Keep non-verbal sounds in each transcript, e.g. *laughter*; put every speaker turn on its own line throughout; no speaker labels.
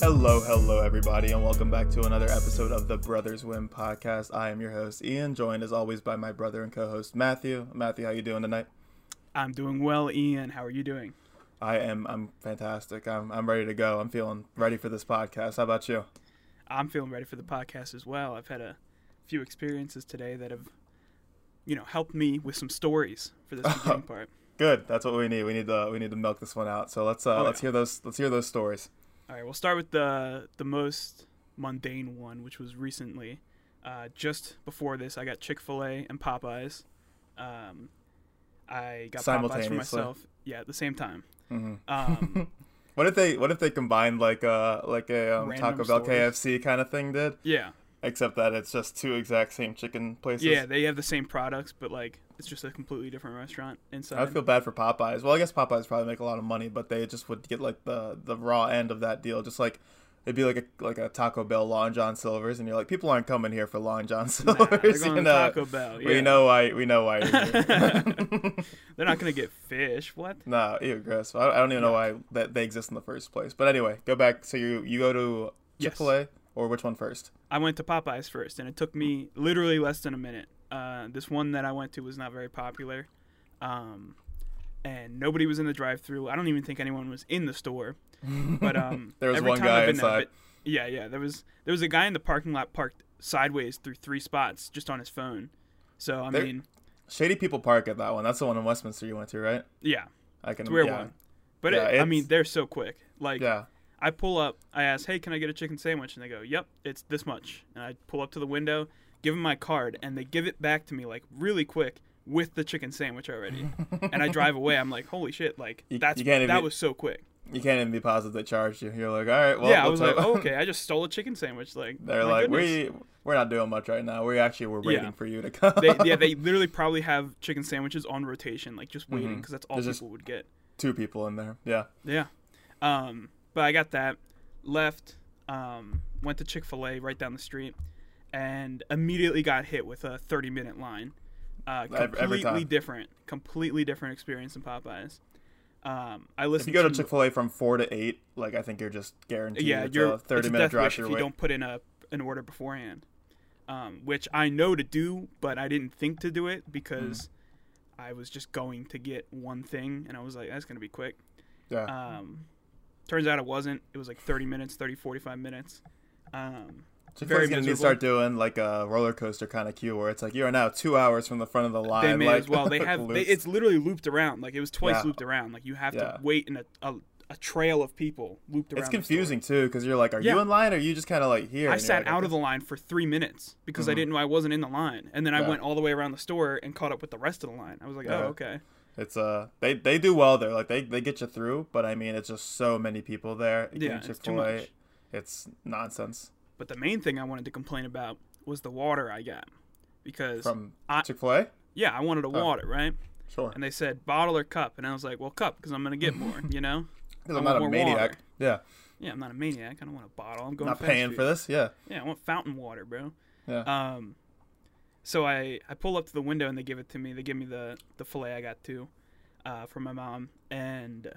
Hello, hello, everybody, and welcome back to another episode of the Brothers Win podcast. I am your host Ian, joined as always by my brother and co-host Matthew. Matthew, how you doing tonight?
I'm doing well, Ian. How are you doing?
I am. I'm fantastic. I'm. I'm ready to go. I'm feeling ready for this podcast. How about you?
I'm feeling ready for the podcast as well. I've had a few experiences today that have, you know, helped me with some stories
*laughs*
for this beginning part.
Good. That's what we need. We need to. We need to milk this one out. So let's. Uh,
Oh,
let's
yeah.
hear those. Let's hear those stories.
All right, we'll start with the the most mundane one, which was recently. Uh, just before this, I got Chick Fil A and Popeyes. Um, I got Popeyes for
Simultaneously.
myself. Yeah, at the
*laughs*
same time.
hmm
Um,
What if they? What if they combined like a like a um,
Random
Taco Bell
stories.
KFC kind of thing did,
yeah,
except that it's just two exact same chicken places.
yeah, they have the same products, but like it's just a completely different restaurant inside.
I would feel bad for Popeyes. Well, I guess Popeyes probably make a lot of money, but they just would get like the the raw end of that deal. Just like it'd be like a like a Taco Bell Long John Silver's, and you're like, people aren't coming here for Long John
Nah,
Silver's.
they're
*laughs*
going
you
to
know,
Taco Bell.
we
yeah.
know why we know why. You're here.
*laughs*
*laughs*
They're not gonna get fish. What?
no, ew, gross. I, I don't even know why that they exist in the first place. But anyway, go back. So you you go to
Yes.
Chick Fil A or which one first?
I went to Popeyes first, and it took me literally less than a minute. Uh, this one that I went to was not very popular, um, and nobody was in the drive-through. I don't even think anyone was in the store.
*laughs*
But um,
There was
every
one
time
guy
I've been there,
inside.
but- yeah, yeah. There was there was a guy in the parking lot parked sideways through three spots just on his phone. So I
There-
mean,
Shady People Park at that one. That's the one in Westminster you went to, right?
yeah,
I can.
it's a weird
yeah.
one. But
Yeah,
it, I
it's-
mean, they're so quick. Like
Yeah.
I pull up, I ask, "Hey, can I get a chicken sandwich?" And they go, "Yep, it's this much." And I pull up to the window, give them my card, and they give it back to me like really quick with the chicken sandwich already. and I drive away. I'm like, "Holy shit! Like
You-
that's
you can't
that
even-
was so quick."
You can't even be positive they charged you. You're like, all right, well,
yeah, I
we'll
was
tell-
like, oh, "Okay, I just stole a chicken sandwich." Like
They're
my
like,
goodness.
we we're not doing much right now. We actually were
Yeah.
waiting for you to come.
They, yeah, they literally probably have chicken sandwiches on rotation, like just waiting because that's all
There's
people
Mm-hmm. just-
would get.
*laughs* two people in there. Yeah,
Yeah. Um, but I got that, left, um, went to Chick fil A right down the street, and immediately got hit with a 30 minute line. Uh,
Ev-
completely
every time.
different, completely different experience than Popeyes. Um, I
if
listened
you go to
to
Chick Fil A from four to eight, like I think you're just guaranteed.
yeah,
it's
you're
a thirty
it's a
minute
death
drive
wish
through.
if you don't put in a an order beforehand, um, which I know to do, but I didn't think to do it
Mm.
because I was just going to get one thing, and I was like, that's gonna be quick.
Yeah,
Um, turns out it wasn't. It was like 30 minutes, 30, 45 minutes. Um,
Chick Fil
very
A's gonna need to
miserable.
start doing like a roller coaster kind of queue where it's like you are now two hours from the front of the line.
they may
like,
as well.
*laughs*
They have. They,
loose.
it's literally looped around. Like it was twice
Yeah.
looped around. Like you have
Yeah.
to wait in a, a, a trail of people looped around.
It's
the store.
confusing too because you're like, are you
Yeah.
in line or are you just kind of like here?
I
And you're
sat
like, Mm-hmm.
out of the line for three minutes because I didn't know I wasn't in the line, and then I
Yeah.
went all the way around the store and caught up with the rest of the line. I was like,
Yeah.
oh okay,
It's uh, they they do well there. Like they they get you through, but I mean, it's just so many people there.
Yeah,
Again,
it's too
Chick-fil-A,
much.
It's nonsense
but the main thing I wanted to complain about was the water I got because
from Oh.
I-
Chick Fil A.
yeah, I wanted a water right,
Sure.
and they said bottle or cup, and I was like, well cup because I'm gonna
*laughs*
get more, you know.
Because I'm
I
not
want
a
more water.
maniac. Yeah.
Yeah, I'm not a maniac. I don't want a bottle. I'm going
Not
fast
paying
food.
for this. Yeah.
Yeah, I want fountain water, bro.
Yeah.
Um, so I I pull up to the window and they give it to me. They give me the the fillet I got too, uh, from my mom, and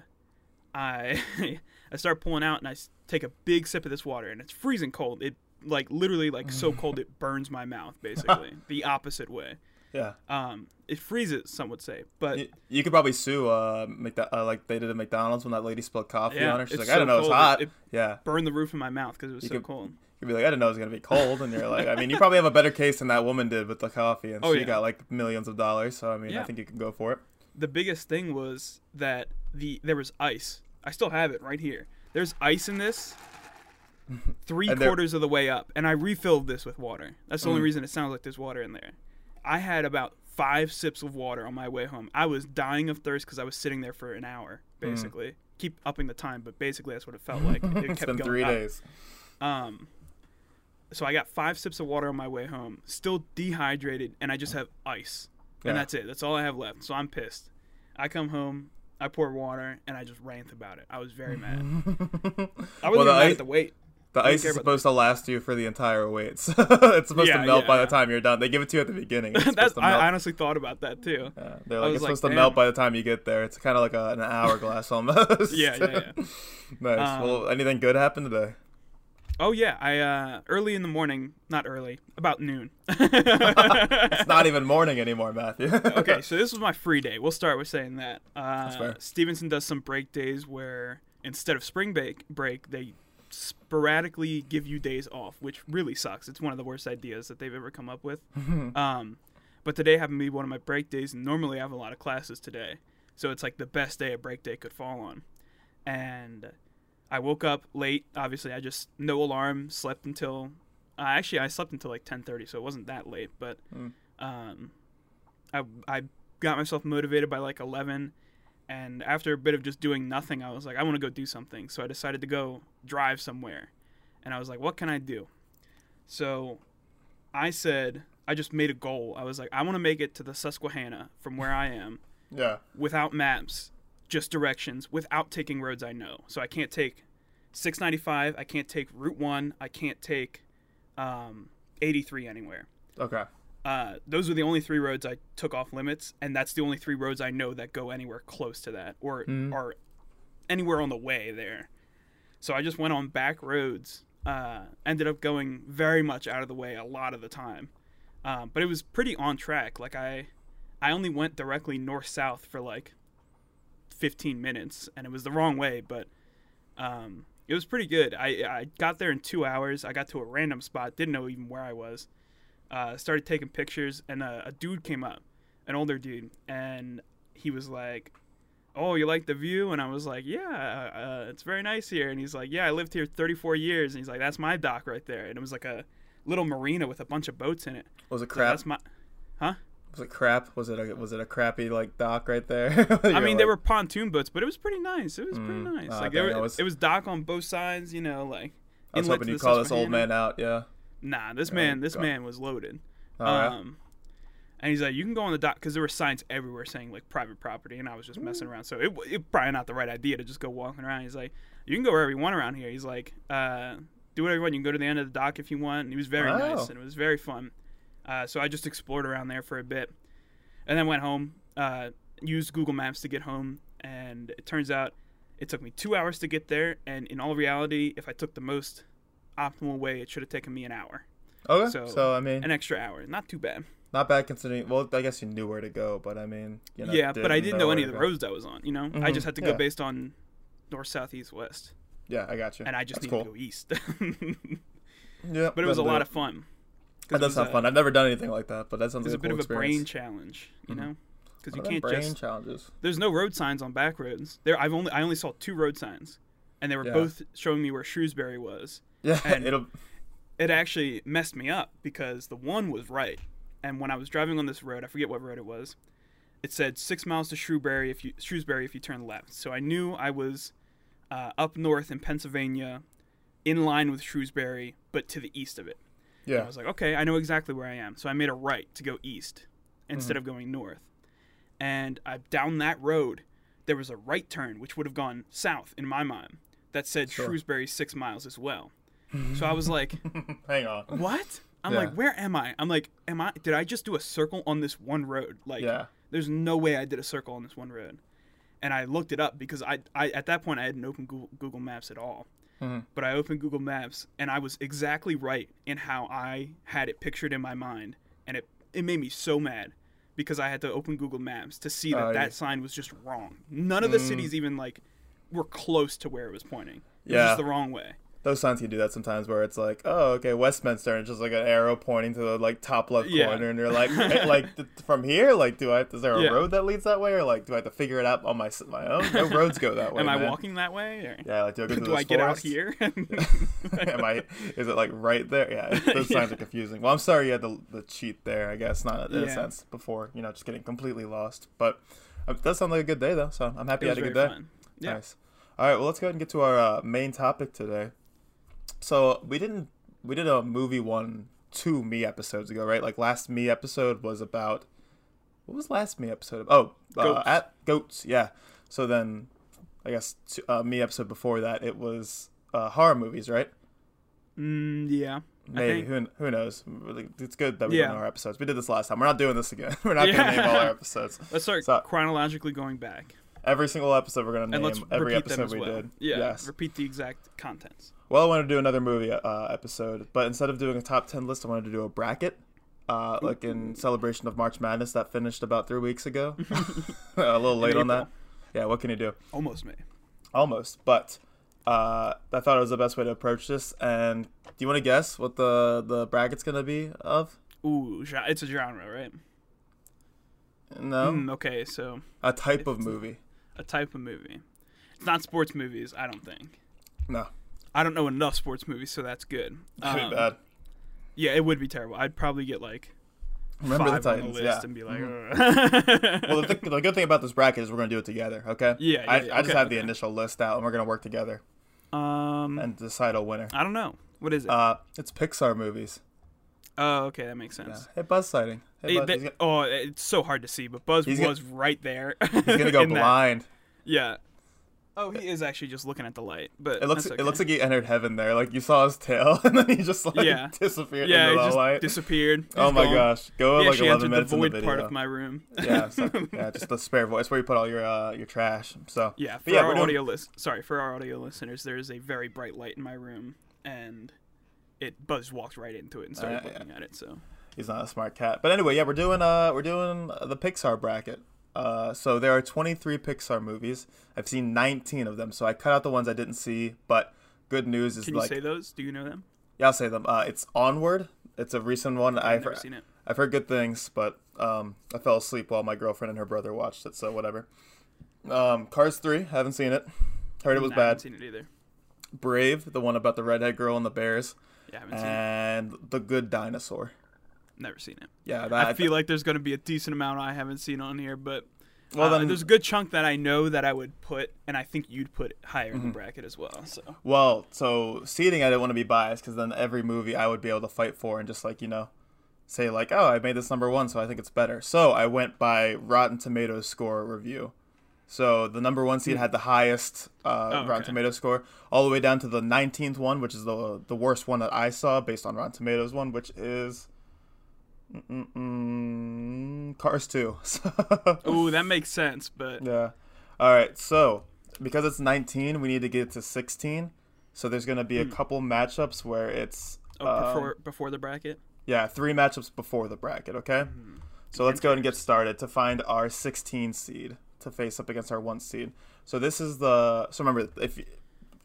I *laughs* I start pulling out and I s- take a big sip of this water and it's freezing cold. It like literally
*laughs*
like so cold it burns my mouth basically the opposite way.
yeah.
Um, it freezes, some would say, but
You, you could probably sue uh, McDo- uh like they did at McDonald's when that lady spilled coffee
Yeah,
on her. She's like,
it's
I
so
don't know, it's
cold,
hot.
it-
yeah.
burned the roof of my mouth because it was so
could-
cold.
You'd be like, I didn't know it was gonna be cold, and you're like, I mean, you probably have a better case than that woman did with the coffee, and
Oh,
she
yeah.
got like millions of dollars. So I mean, I
Yeah.
think you can go for it.
the biggest thing was that the there was ice. I still have it right here. There's ice in
*laughs*
this. Three
And there- Mm.
quarters of the way up, and I refilled this with water. That's the only reason it sounds like there's water in there. I had about five sips of water on my way home. I was dying of thirst because I was sitting there for an hour,
Mm.
basically. Keep upping the time, but basically that's what
*laughs*
it felt like. It
It's
kept
been
going
three
up.
days.
Um, so I got five sips of water on my way home, still dehydrated, and I just have ice,
Yeah.
and that's it. That's all I have left. So I'm pissed. I come home, I pour water, and I just rant about it. I was very
*laughs*
mad. I
Well,
wasn't
the
even mad
ice-
at the wait.
The ice
care
is
about
supposed to last you for the entire wait. *laughs* So it's supposed to
Yeah,
melt
yeah,
by
yeah.
the time you're done. They give it to you at the beginning. It's supposed
*laughs* That's,
to
I
melt.
honestly thought about that too.
Yeah, Uh, they're like
was
it's
like,
supposed to melt
"Damn."
by the time you get there. It's
*laughs*
kind of like a, an hourglass almost. *laughs*
Yeah, Um, yeah, yeah.
nice. well, anything good happened today?
Oh yeah, I uh, early in the morning, not early, about
*laughs*
noon. *laughs*
it's not even morning anymore, Matthew. *laughs*
okay, so this was my free day. We'll start with saying that. Uh,
That's fair.
Stevenson does some break days where instead of spring break, break they sporadically give you days off, which really sucks. It's one of the worst ideas that they've ever come
*laughs*
up with. um, but today happened to be one of my break days, and normally I have a lot of classes today, so it's like the best day a break day could fall on. And I woke up late. Obviously, I just no alarm, slept until uh, actually I slept until like 10:30, so it wasn't that late, but
Mm.
um I I got myself motivated by like 11 and after a bit of just doing nothing, I was like I want to go do something. So I decided to go drive somewhere. And I was like what can I do? So I said I just made a goal. I was like I want to make it to the Susquehanna from where I am
Yeah.
without maps, just directions, without taking roads I know. So I can't take 695, I can't take Route 1, I can't take um, 83 anywhere.
Okay.
Uh, those are the only three roads I took off limits, and that's the only three roads I know that go anywhere close to that or
Mm.
are anywhere on the way there. So I just went on back roads. Uh, ended up going very much out of the way a lot of the time, um, but it was pretty on track. Like I, I only went directly north south for like 15 minutes, and it was the wrong way, but um, it was pretty good. I I got there in two hours. I got to a random spot, didn't know even where I was. Uh, started taking pictures, and a, a dude came up, an older dude, and he was like, "Oh, you like the view?" And I was like, "Yeah, uh, uh, it's very nice here." And he's like, "Yeah, I lived here 34 years," and he's like, "That's my dock right there." And it was like a little marina with a bunch of boats in it.
Was it
So
crap?
That's my.
Was it crap? Was it a was it a crappy like dock right there? *laughs*
I mean, they were pontoon boats, but it was pretty nice. It was pretty
Mm.
nice.
Ah,
like
dang,
there
I
were,
was-
it was dock on both sides. You know, like.
I was
inlet
hoping
to
you
the
call this old
Susquehanna.
man out. Yeah.
Nah, this
Yeah,
man, this
go-
man was loaded.
All right.
Um, and he's like, you can go on the dock because there were signs everywhere saying like private property, and I was just messing around. So it, w- it probably not the right idea to just go walking around. He's like, you can go wherever you want around here. He's like, uh, do whatever you want. You can go to the end of the dock if you want. And he was very
Oh.
nice and it was very fun. Uh, so I just explored around there for a bit, and then went home. Uh, used Google Maps to get home, and it turns out it took me two hours to get there. And in all reality, if I took the most optimal way, it should have taken me an hour,
okay. So,
so-
I mean,
an extra hour. Not too bad.
not bad considering. Well, I guess you knew where to go, but I mean, you know,
yeah, but I didn't know any
where
of the
to go.
roads I was on. You know, I
Mhm,
just had to go
yeah.
based on north, south, east, west,
Yeah, I got you.
and I just
That's
needed
cool.
to go east. *laughs*
Yeah,
but it was a
that'll do
lot of fun. 'Cause
That
it
does
was
sound
a-
fun. I've never done anything like that, but that sounds
It was
like
a bit
cool
of a brain
experience.
challenge, you
Mhm.
know, because you
What are them
can't
brain
just.
challenges.
There's no road signs on back roads. There, I've only I only saw two road signs, and they were
Yeah.
both showing me where Shrewsbury was.
Yeah,
*laughs* and-
it'll.
it actually messed me up because the one was right. And when I was driving on this road, I forget what road it was. It said six miles to Shrewsbury if you Shrewsbury if you turn left. So I knew I was uh, up north in Pennsylvania, in line with Shrewsbury, but to the east of it. And I *laughs*
Yeah,
was like, okay, I know exactly where I am. So I made a right to go east
Mm-hmm.
instead of going north. And I down that road, there was a right turn which would have gone south in my mind. That said
Sure.
Shrewsbury six miles as well. So
*laughs*
I was like,
hang on.
what? I'm
Yeah.
like, where am I? I'm like, am I? Did I just do a circle on this one road? Like,
Yeah,
there's no way I did a circle on this one road. And I looked it up because I, I at that point I hadn't opened Google, Google Maps at all.
Mhm.
But I opened Google Maps and I was exactly right in how I had it pictured in my mind, and it it made me so mad because I had to open Google Maps to see that
Oh, yeah. Mm.
that sign was just wrong. None of the cities even like were close to where it was pointing. It was
Yeah.
just the wrong way.
those signs can do that sometimes, where it's like, oh, okay, Westminster, and it's just like an arrow pointing to the like top left
Yeah.
corner, and
*laughs*
you're like, "Hey, like th- from here, like, do I? Is there a
Yeah.
road that leads that way, or like, do I have to figure it out on my s- my own? No roads go
*laughs*
that way.
Am I
man.
walking that way? Or?
Yeah, like, do I,
*laughs*
go through
do
this
I get out
forest?
here?
*laughs*
*laughs*
Am I? Is it like right there?
*laughs*
Yeah, it- those signs are confusing. Well, I'm sorry you had the, the cheat there. I guess not in a
Yeah.
sense before you know just getting completely lost. But uh, that sounds like a good day though. So I'm happy
It
you
was
had a good
very
day.
fun. Yeah.
Nice. All right. Well, let's go ahead and get to our uh, main topic today. So we didn't we did a movie one two me episodes ago, right? Like last me episode was about what was last me episode? Oh, uh,
Goats.
at goats. Yeah. So then I guess t- uh, me episode before that it was uh, horror movies, right?
Mm, yeah.
Maybe
think.
who, who knows? Really, It's good that we're
Yeah.
doing our episodes. We did this last time. *laughs* We're not doing this again. We're not going
Yeah.
to name all our episodes.
Let's start
So-
chronologically going back.
Every single episode we're gonna name
and let's
every
repeat them
episode
as
we
well.
did.
Yeah,
Yes.
repeat the exact contents.
Well, I want to do another movie uh, episode, but instead of doing a top ten list, I wanted to do a bracket, uh, like in celebration of March Madness that finished about three weeks
*laughs*
ago. *laughs* a little late on that.
April.
Yeah, what can you do?
Almost me.
Almost, but uh, I thought it was the best way to approach this. And do you want to guess what the the bracket's gonna be of?
Ooh, gen- it's a genre, right?
No,
Hmm, okay, so
a type of movie.
a type of movie. It's not sports movies, I don't think.
No,
I don't know enough sports movies, so that's good.
pretty
Um,
bad.
Yeah, it would be terrible. I'd probably get like
Remember
five
the Titans,
on the list
yeah. Mm-hmm.
and be like, "Ugh."
*laughs*
*laughs*
well, the, th- the good thing about this bracket is we're gonna do it together. Okay.
Yeah, yeah,
I,
yeah,
I just
okay,
have the
okay.
initial list out, and we're gonna work together
um,
and decide a winner.
I don't know. What is it?
Uh, it's Pixar movies.
oh, okay, that makes sense.
Hey, Buzz sighting. Hey,
It-
Buzz,
that-
he's, gonna,
oh, it's so hard to see, but Buzz
He's
was
gonna-
right there.
*laughs* he's
*laughs*
gonna go
in that.
blind.
Yeah. Oh, he is actually just looking at the light, but
It looks.
that's
It looks
okay.
like he entered heaven there. Like you saw his tail, *laughs* and then he just like
Yeah.
disappeared
yeah,
into
he
the
just
light. *laughs*
disappeared.
oh
He's
my
gone.
gosh! Go
He
like
actually
eleven
entered the
minutes
void
in the video.
part of my room.
*laughs* yeah, so, yeah, just the spare voice where you put all your uh, your trash. So
*laughs* Yeah, for
But yeah,
our
we're doing-
audio list, sorry, for our audio listeners, there is a very bright light in my room, and it Buzz walked right into it and started
yeah,
looking at it. So
he's not a smart cat. But anyway, yeah, we're doing uh we're doing the Pixar bracket. Uh, so there are 23 Pixar movies. I've seen 19 of them, so I cut out the ones I didn't see. But good news is
can you
like
say those? Do you know them?
yeah, I'll say them. Uh, it's Onward. It's a recent one.
I've
I've
never seen it.
I've heard good things, but um, I fell asleep while my girlfriend and her brother watched it, so whatever. Um, Cars 3, haven't seen it. Heard it was
I haven't
bad.
seen it either.
Brave, the one about the redhead girl and the bears,
Yeah, I haven't seen
Uh,
it.
and The Good Dinosaur.
Never seen it.
Yeah, that,
I, feel like there's going to be a decent amount I haven't seen on here, but
Well,
uh,
then-
there's a good chunk that I know that I would put, and I think you'd put higher
Mm-hmm.
in the bracket as well. So
Well, so seating, I didn't want to be biased because then every movie I would be able to fight for and just like you know, say like, oh, I made this number one, so I think it's better. So I went by Rotten Tomatoes score review. So the number one seed had the highest uh,
Hmm. Oh,
Rotten
okay.
Tomatoes score, all the way down to the nineteenth one, which is the the worst one that I saw based on Rotten Tomatoes one, which is. Mm-mm-mm, Cars 2. *laughs* So,
ooh, that makes sense, but
yeah. All right. So because it's 19, we need to get to 16. So there's going to be a couple matchups where it's
oh,
um,
before before the bracket.
yeah three matchups before the bracket. Okay. So let's go ahead and get started to find our 16 seed to face up against our one seed. So this is the so remember if you,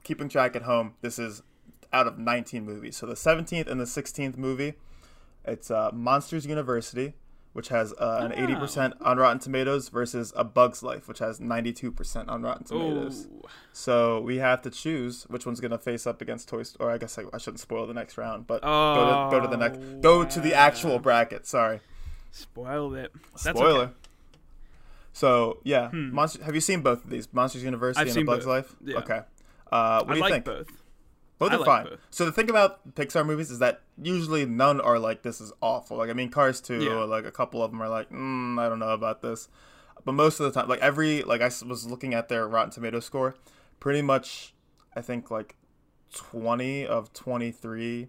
keeping track at home, this is out of 19 movies. So the 17th and the 16th movie, it's uh, Monsters University, which has uh, an 80% on Rotten Tomatoes versus A Bug's Life, which has 92% on Rotten Tomatoes.
Ooh.
So we have to choose which one's gonna face up against Toy Story. Or I guess I, I shouldn't spoil the next round, but go, to, go to the
Oh,
next, go to the actual
wow.
bracket. Sorry,
Spoiled it. That's okay. Hmm.
spoiler. So yeah, Monster, have you seen both of these? Monsters University
I've
and
seen
A Bug's
both,
Life.
yeah.
Okay. Uh, what
I
do you
like
think?
both.
Both
I
are
like
fine.
both.
So the thing about Pixar movies is that usually none are like this is awful. Like I mean, Cars two,
Yeah.
like a couple of them are like, mm, I don't know about this. But most of the time, like every like I s- was looking at their Rotten Tomato score, pretty much, I think like twenty of twenty three,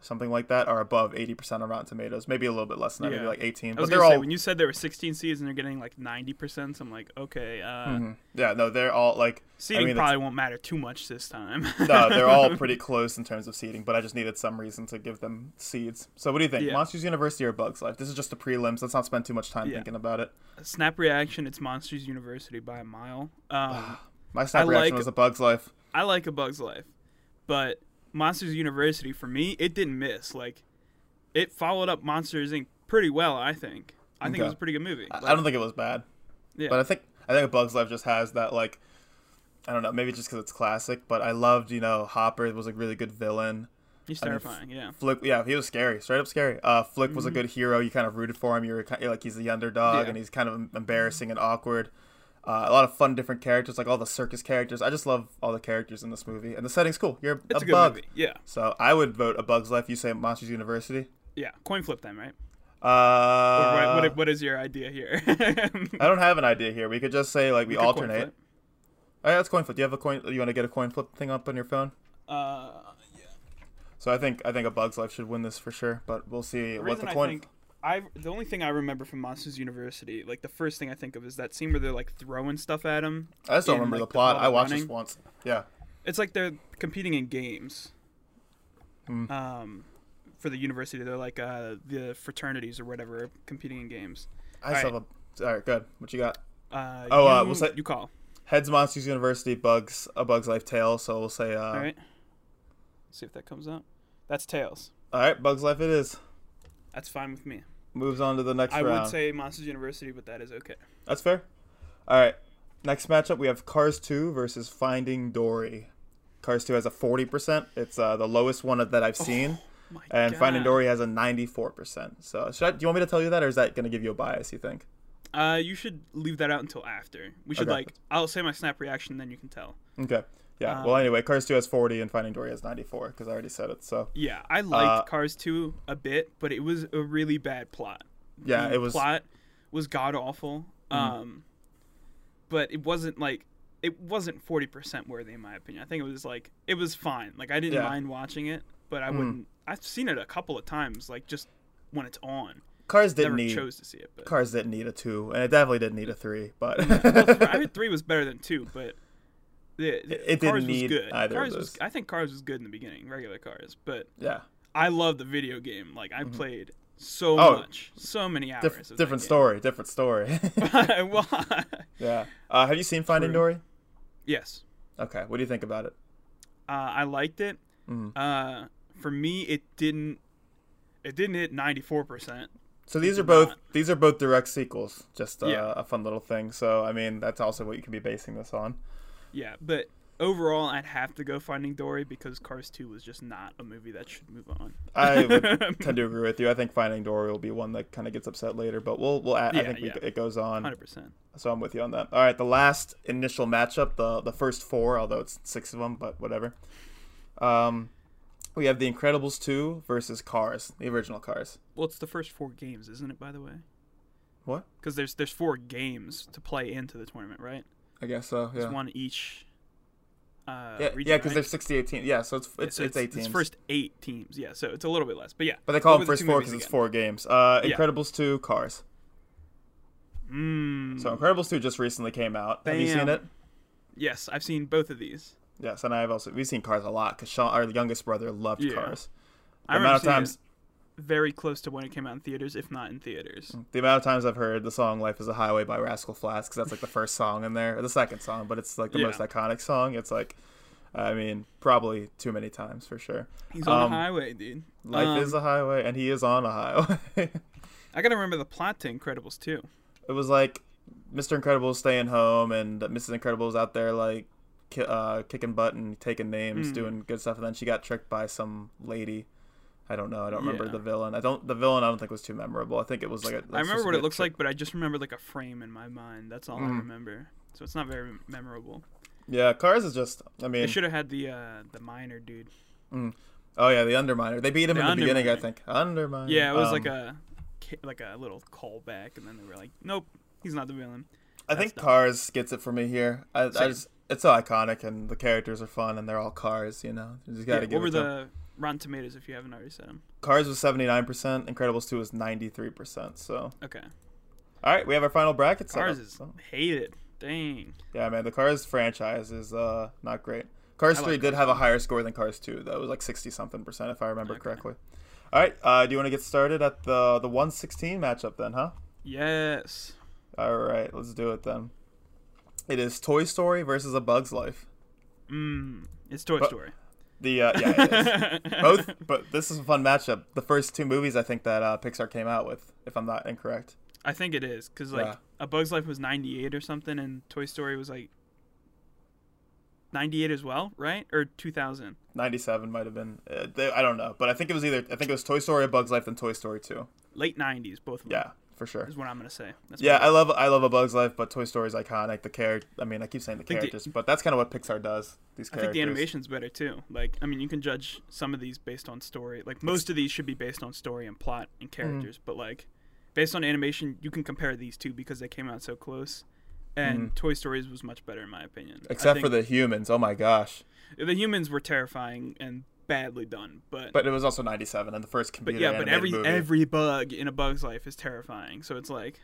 something like that, are above eighty percent on Rotten Tomatoes. Maybe a little bit less than that,
Yeah.
maybe like eighteen.
I was
But
gonna
they're
say
all
when you said there were 16 seeds and they're getting like 90 percent, I'm like, okay, uh,
yeah, no, they're all like
seeding
I Mm-hmm. mean, it's-
probably won't matter too much this time.
*laughs* no, they're
*laughs*
all pretty close in terms of seeding, but I just needed some reason to give them seeds. So what do you think?
Yeah.
Monsters University or Bugs Life? This is just the prelims. Let's not spend too much time
Yeah.
thinking about it.
Snap reaction. It's Monsters University by a mile. Um,
My snap
I
reaction
like-
was a Bugs Life.
I like A Bug's Life, but Monsters University for me, it didn't miss. Like, it followed up Monsters Inc. pretty well. I think. I think
Okay.
it was a pretty good movie.
I- I don't think it was bad,
Yeah.
but I think I think a Bugs Life just has that like I don't know, maybe just because it's classic. But I loved you know Hopper was a really good villain.
He's
I mean, f-
terrifying. yeah.
Flick, yeah, he was scary, straight up scary. Uh, Flick was a good hero. You kind of rooted for him. You were kind like he's the underdog,
Mm-hmm. Yeah. Mm-hmm.
and he's kind of embarrassing and awkward. Uh, a lot of fun, different characters, like all the circus characters. I just love all the characters in this movie, and the setting's cool. You're
It's
a,
a good
bug,
movie. Yeah.
so I would vote a Bug's Life. You say Monsters University.
Yeah. Coin flip time, right?
Uh,
Or what, what, what is your idea here? *laughs*
I don't have an idea here. We could just say like we,
could coin
alternate.
flip.
All right, that's coin flip. Do you have a coin? You want to get a coin flip thing up on your phone?
Uh,
So I think I think a Bug's Life should win this for sure, but we'll see
The
what
reason
the
I
coin.
think I the only thing I remember from Monsters University, like the first thing I think of is that scene where they're like throwing stuff at him.
I just don't
in,
remember
like,
the plot.
while
I
they're
watched
running.
this once. Yeah.
It's like they're competing in games.
Hmm.
Um, for the university, they're like uh, the fraternities or whatever are competing in games.
I just have a. All right, good. What you got?
Uh,
Oh, uh,
you-
what's that-
You call.
Heads, Monsters University, Bugs, A Bug's Life, Tale. So we'll say. Uh, all
All
right.
right. see if that comes up. That's tails.
Bug's Life. It is.
That's fine with me.
Moves on to the next
I
round.
would say Monsters University, but that is okay.
That's fair. All right. Next matchup, we have Cars 2 versus Finding Dory. Cars 2 has a 40%. It's uh, the lowest one that I've seen.
Oh *laughs* My
and
God.
Finding Dory has a 94%. So, should I, do you want me to tell you that, or is that going to give you a bias, you think?
Uh, you should leave that out until after. We should
Okay.
like. I'll say my snap reaction, then you can tell.
Okay. Yeah.
Um,
well, anyway, Cars 2 has 40 and Finding Dory has 94 because I already said it. So,
Yeah, I liked
Uh,
Cars 2 a bit, but it was a really bad plot.
yeah,
the
it was. Mm-hmm.
plot was god awful. Um, but it wasn't like it wasn't forty percent worthy in my opinion. I think it was like it was fine. Like I didn't
Yeah. Mm.
mind watching it, but I wouldn't. I've seen it a couple of times, like just when it's on.
Cars didn't
Never
need.
chose to see it, but
Cars didn't need a 2, and it definitely didn't need a 3,
*laughs*
but.
I mean three was better than two, but.
*laughs*
The, the-
It didn't
Cars
need
was good.
either of
Cars was,
those.
I think Cars was good in the beginning, regular Cars, but
*laughs* yeah.
I love the video game. Like I played so
Mm-hmm. Oh,
much, so many hours.
Dif-
of that
different
game.
story. Different story. *laughs*
*laughs* well,
yeah. Uh, have you seen Finding
True.
Dory?
yes,
Okay. What do you think about it?
uh, I liked it.
Mhm.
Uh, for me, it didn't. It didn't hit ninety four percent.
So these are
did
both
not.
these are both direct sequels. Just uh,
Yeah.
a fun little thing. So I mean, that's also what you can be basing this
*laughs*
on.
Yeah, but overall, I'd have to go Finding Dory because Cars two was just not a movie that should move on.
I would tend to agree with you. I think Finding Dory will be one that kind of gets upset later, but we'll we'll add, I
Yeah,
think we,
yeah.
it goes on.
Hundred percent.
So I'm with you on that. All right, the last initial matchup, the the first four, although it's six of them, but whatever. Um, we have The Incredibles two versus Cars, the original Cars.
Well, it's the first four games, isn't it? By the way,
What?
because there's there's four games to play into the tournament, right?
I guess so.
There's
Yeah.
one each. Uh,
Yeah,
region,
yeah, because
right?
there's 68 teams. Yeah, so it's
Yeah,
it's,
so
it's, eight teams.
first eight teams. Yeah, so it's a little bit less, but yeah.
but they call
what
them
were the
first
two
four
movies
because it's
again?
four games. Uh,
Yeah.
Incredibles two, Cars.
Mm,
So Incredibles 2 just recently came out. Have you seen
Bam.
it?
yes, I've seen both of these.
Yes, and I've also we've seen Cars a lot because Sean, our youngest brother, loved
Yeah.
Cars. The
I remember
amount of
seeing
times,
it very close to when it came out in theaters, if not in theaters.
the amount of times I've heard the song "Life Is a Highway" by Rascal Flatts because that's like the first song in there, or the second song, but it's like the
Yeah.
most iconic song. It's like, I mean, probably too many times for sure.
He's on
Um,
the highway, dude.
Life
Um,
is a highway, and he is on a highway. *laughs*
I gotta remember the plot to Incredibles too.
it was like Mr. Incredible staying home and Mrs. Incredible's out there like ki- uh, kicking butt and taking names,
Mm.
doing good stuff, and then she got tricked by some lady. I don't know. I don't remember
Yeah.
the villain. I don't. The villain I don't think was too memorable. I think it was like. A,
I remember what it looks like, but I just remember like a frame in my mind. That's all I
Mm.
remember. So it's not very memorable.
Yeah, Cars is just. I
They
mean,
should have had the uh, the miner dude.
oh yeah, the Underminer. They beat him
The
in the beginning, I
Underminer.
think. Underminer.
Yeah, it was
Um,
like a ki- like a little callback, and then they were like, "Nope, he's not the villain."
I think
that's dumb.
Cars gets it for me here. I, I
Same.
just. It's so iconic, and the characters are fun, and they're all cars. You know, you just gotta
Yeah,
give
what were
it to 'em.
the Rotten Tomatoes if you haven't already said them?
Cars was seventy nine percent. Incredibles two was ninety three percent. So
Okay.
All right, we have our final bracket. set
Cars
up.
is
So-
hated. Dang.
yeah, man, the Cars franchise is uh not great. Cars
I like
three did
Cars
have a higher score than Cars two. though. It was like sixty something percent, if I remember
Okay.
correctly. All right, uh, do you want to get started at the the one sixteen matchup then, huh?
Yes.
All right, let's do it then. It is Toy Story versus A Bug's Life.
Mm. It's Toy
But-
Story.
The uh, yeah, it
*laughs*
is. both, but this is a fun matchup. The first two movies I think that uh, Pixar came out with, if I'm not incorrect.
I think it is because like
Yeah.
A Bug's Life was '98 or something, and Toy Story was like '98 as well, right? Or 2000.
97 might have been. Uh, they, I don't know, but I think it was either I think it was Toy Story, A Bug's Life, then Toy Story two.
Late '90s, both of them.
Yeah, for sure.
Is what I'm gonna say. That's
Yeah,
what
I love I love A Bug's Life, but Toy Story's iconic. The character, I mean, I keep saying the
think the-
characters, but that's kind of what Pixar does. These
I
characters.
think the animation's better too. Like, I mean, you can judge some of these based on story. Like, most of these should be based on story and plot and characters, but like, based on animation, you can compare these two because they came out so close. And Toy Stories was much better in my opinion. I
Mm-hmm. Except for
think
the humans. Oh my gosh.
the humans were terrifying, and badly done, but,
But it was also 97 and the first
but
computer
yeah, but
animated
every
movie.
every bug in a bug's life is terrifying. So it's like,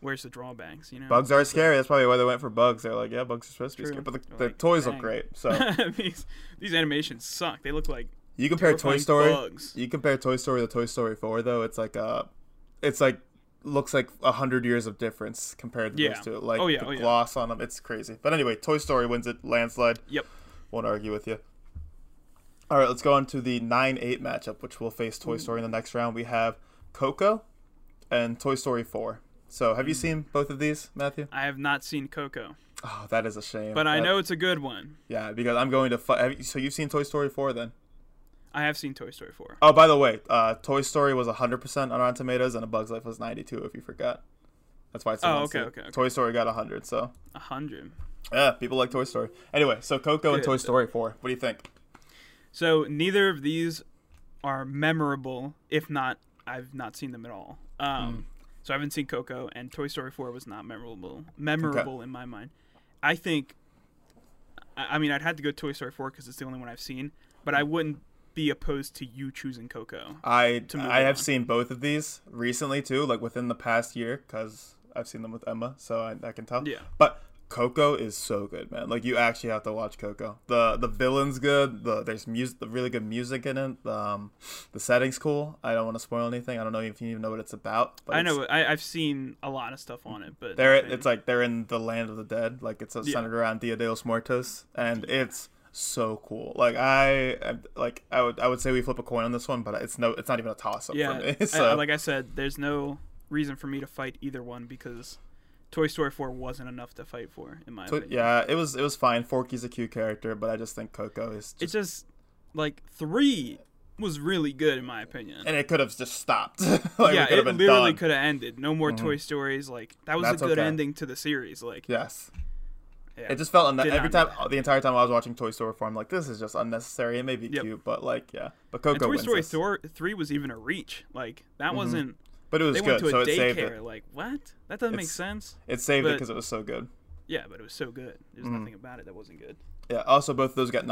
where's the drawbacks? You know,
bugs are scary. That's probably why they went for bugs. They're like, yeah, bugs are supposed to be
True.
scary. But the,
They're
the
like,
toys look
dang.
great.
*laughs*
So
*laughs* these these animations suck. They look like
you compare Toy
terrifying
Story.
bugs.
You compare Toy Story to Toy Story 4 though, it's like uh it's like looks like a hundred years of difference compared to
Yeah.
those two. Like
Oh, yeah,
the
oh, yeah.
gloss on them, it's crazy. But anyway, Toy Story wins it landslide.
Yep.
Won't argue with you. All right, let's go on to the nine eight matchup, which will face Toy Story in the next round. We have Coco and Toy Story Four. So,
Hmm.
have you seen both of these, Matthew?
I have not seen Coco,
Oh, that is a shame.
but I
That-
know it's a good one.
Yeah, because I'm going to. Fu- have you, so you've seen Toy Story four then?
I have seen Toy Story 4.
Oh, by the way, uh, Toy Story was 100% on Rotten Tomatoes, and A Bug's Life was 92. If you forgot, that's why it's. the
Oh,
one
okay,
seat.
okay, okay.
Toy Story got 100, so
A 100.
yeah, people like Toy Story. Anyway, so Coco and
Good.
Toy Story 4. What do you think?
So neither of these are memorable. If not, I've not seen them at all.
Hmm.
Um, So I haven't seen Coco, and Toy Story 4 was not memorable. Memorable in my mind. I think. I I mean, I'd have to go Toy Story 4 because it's the only one I've seen, but
Hmm.
I wouldn't be opposed to you choosing Coco.
I
move
I have
on.
seen both of these recently too, like within the past year, because I've seen them with Emma, so I, I can tell.
Yeah.
But Coco is so good, man. Like you actually have to watch Coco. the The villain's good. The there's music, the really good music in it. Um, the setting's cool. I don't want to spoil anything. I don't know if you even know what it's about. But
I
it's-
know I, I've seen a lot of stuff on it, but
They're
nothing-
it's like they're in the land of the dead, like it's
Yeah.
centered around Dia de los Muertos, and it's so cool. Like I I'm- like I would I would say we flip a coin on this one, but it's no it's not even a toss up
yeah.
for me. *laughs*
I-
So
I, like I said, there's no reason for me to fight either one because Toy Story 4 wasn't enough to fight for, in my
so,
opinion.
yeah, it was it was fine. Forky's a cute character, but I just think Coco is just
It's just like three was really good in my opinion.
and it could have just stopped. *laughs* like,
yeah,
could have
it
been
literally
done. Mm-hmm.
could have ended. No more Toy Stories. Like that was
That's
a good
okay.
ending to the series. Like
Yes.
Yeah.
It just felt unne-
Did not
every
need
time
that.
the entire time I was watching Toy Story 4, I'm like, this is just unnecessary. It may be
Yep.
cute, but like yeah. But
and
Coco
Toy
wins
Story
this.
Thor- three was even a reach. Like that wasn't.
but it was
They
good,
went to a
so it saved
daycare.
it.
Like what? That doesn't make
It's-
sense.
It saved it
but-
because it was so good.
Yeah, but it was so good. There's
Mm-hmm.
nothing about it that wasn't good.
Yeah. Also, both of those got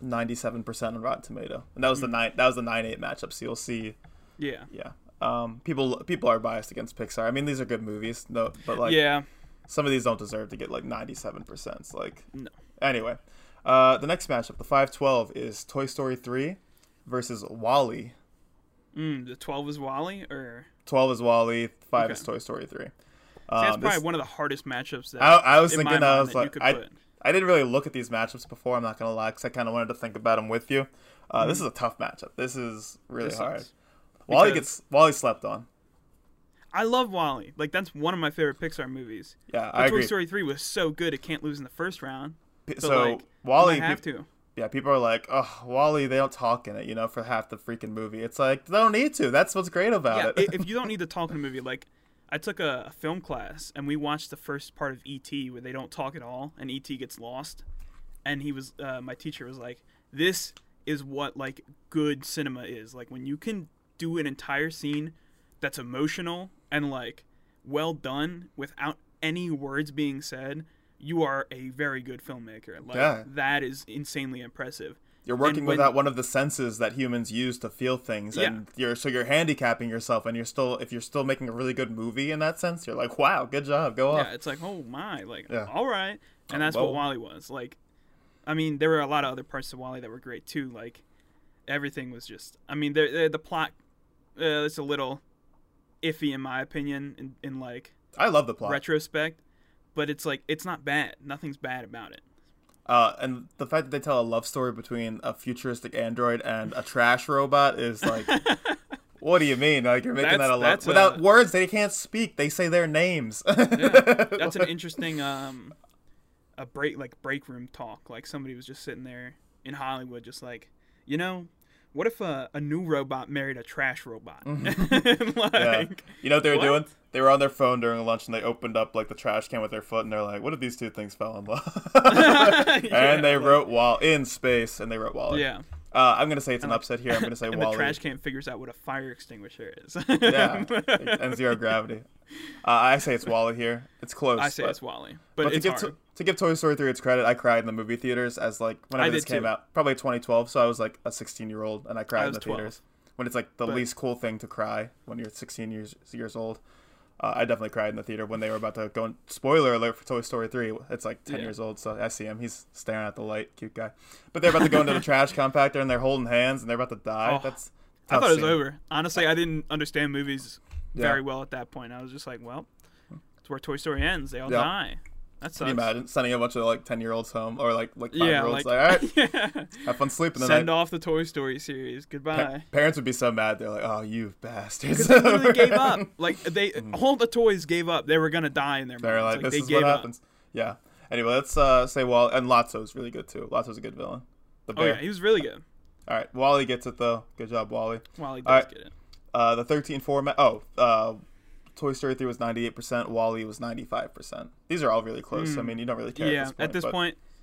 97 percent on Rotten Tomato, and that
Mm.
was the nine. That was the nine eight matchup. So you'll see.
Yeah.
Yeah. Um. People. People are biased against Pixar. I mean, these are good movies. No, but like
yeah.
some of these don't deserve to get like 97 percent. Like.
No.
Anyway, uh, the next matchup, the five twelve, is Toy Story three versus Wally.
Mm, the 12 is Wally, or
Twelve is Wally. Five
Okay.
is Toy Story three.
See, that's
Um,
probably
this-
one of the hardest matchups that
I, I was
in my
thinking I
mind
was
that you
like
could
I,
put.
I didn't really look at these matchups before. I'm not gonna lie, because I kind of wanted to think about them with you. Uh, This is a tough matchup. This is really
Mm-hmm. This
hard.
sucks.
Wally
Because-
gets Wally slept on.
I love Wally. Like that's one of my favorite Pixar movies.
Yeah,
But
I
Toy
agree.
Story 3 was so good it can't lose in the first round.
P-
But
so
like,
Wally,
you might have
peop-
to.
yeah, people are like, oh, Wally, they don't talk in it, you know, for half the freaking movie. It's like they don't need to. That's what's great
Yeah,
about
i-
it.
if you don't need to talk in a movie, like I took a, a film class and we watched the first part of E.T. where they don't talk at all and E.T. gets lost, and he was uh, my teacher was like, "This is what like good cinema is like when you can do an entire scene that's emotional and like well done without any words being said." You are a very good filmmaker. Like
Yeah.
that is insanely impressive.
*laughs* You're working
and when-
without one of the senses that humans use to feel things, and you're so you're handicapping yourself, and you're still if you're still making a really good movie in that sense, you're like, wow, good job, go off.
Yeah, it's like, oh my, like,
Yeah.
all right. And that's
whoa.
what Wally was. Like, I mean, there were a lot of other parts of Wally that were great too. Like, everything was just, I mean, the, the, the plot uh, is a little iffy, in my opinion, in, in like
I love the plot.
retrospect, but it's like, it's not bad. Nothing's bad about it.
Uh, and the fact that they tell a love story between a futuristic android and a trash robot is
*laughs*
like, what do you mean? Like you're making
That's-
that a love
that's
without
a-
words. They can't speak. They say their names. *laughs*
That's an interesting, um, a break, like, break room talk. Like, somebody was just sitting there in Hollywood, just like, you know, what if a, a new robot married a trash robot?
Mm-hmm.
*laughs* like,
Yeah. You know what they were
What?
doing? They were on their phone during lunch and they opened up like the trash can with their foot and they're like, "What if these two things fell in
*laughs*
love?"
Yeah,
and they
like-
wrote "Wall" in space and they wrote "Wall."
Yeah.
Uh, I'm gonna say it's an upset here. I'm gonna say
*laughs* And
Wall.
the trash can figures out what a fire extinguisher is.
yeah, and zero gravity. Uh, I say it's Wally here. It's close.
*laughs* *laughs* I say
but-
it's Wally, but,
to
it's
give
hard.
To, to give Toy Story 3 its credit, I cried in the movie theaters as like whenever
I
this
did
came
too.
out, probably 2012. So I was like a 16 year old, and I cried
I
in
was
the
12.
theaters when it's like the
But-
least cool thing to cry when you're 16 years years old. Uh, I definitely cried in the theater when they were about to go. In, spoiler alert for Toy Story 3. It's like 10
Yeah.
years old, so I see him. He's staring at the light, cute guy. But they're about to go
*laughs*
into the trash compactor and they're holding hands and they're about to die.
Oh,
That's
I
tough
thought it was
scene.
over. Honestly, I didn't understand movies
Yeah.
very well at that point. I was just like, well, it's where Toy Story ends. They all
Yeah.
die. That
Can you
sucks.
imagine sending a bunch of like 10 year olds home or like like five
yeah,
year olds?
like,
Like, all
*laughs*
right,
yeah.
have fun sleeping tonight.
send off the Toy Story series.
Pa-
*laughs* Goodbye.
parents would be so mad. They're like, "Oh, you bastards!"
Because Uh-huh. they
*laughs*
literally gave up. Like they, all the toys gave up. They were gonna die in their
Mm. They're like,
minds.
"This
they
is
gave
what
up.
happens." Yeah. Anyway, let's uh, say Wall and Lotso's really good too. Lotso's a good villain. The
Oh
bear.
yeah, he was really good.
All right, Wally gets it though. Good job, Wally.
Wally does
All right.
get it.
Uh, the thirteen format. Oh, uh, Toy Story three was ninety eight percent. Wally was ninety five percent. These are all really close. I mean, you don't really care.
Hmm. yeah,
at this point. but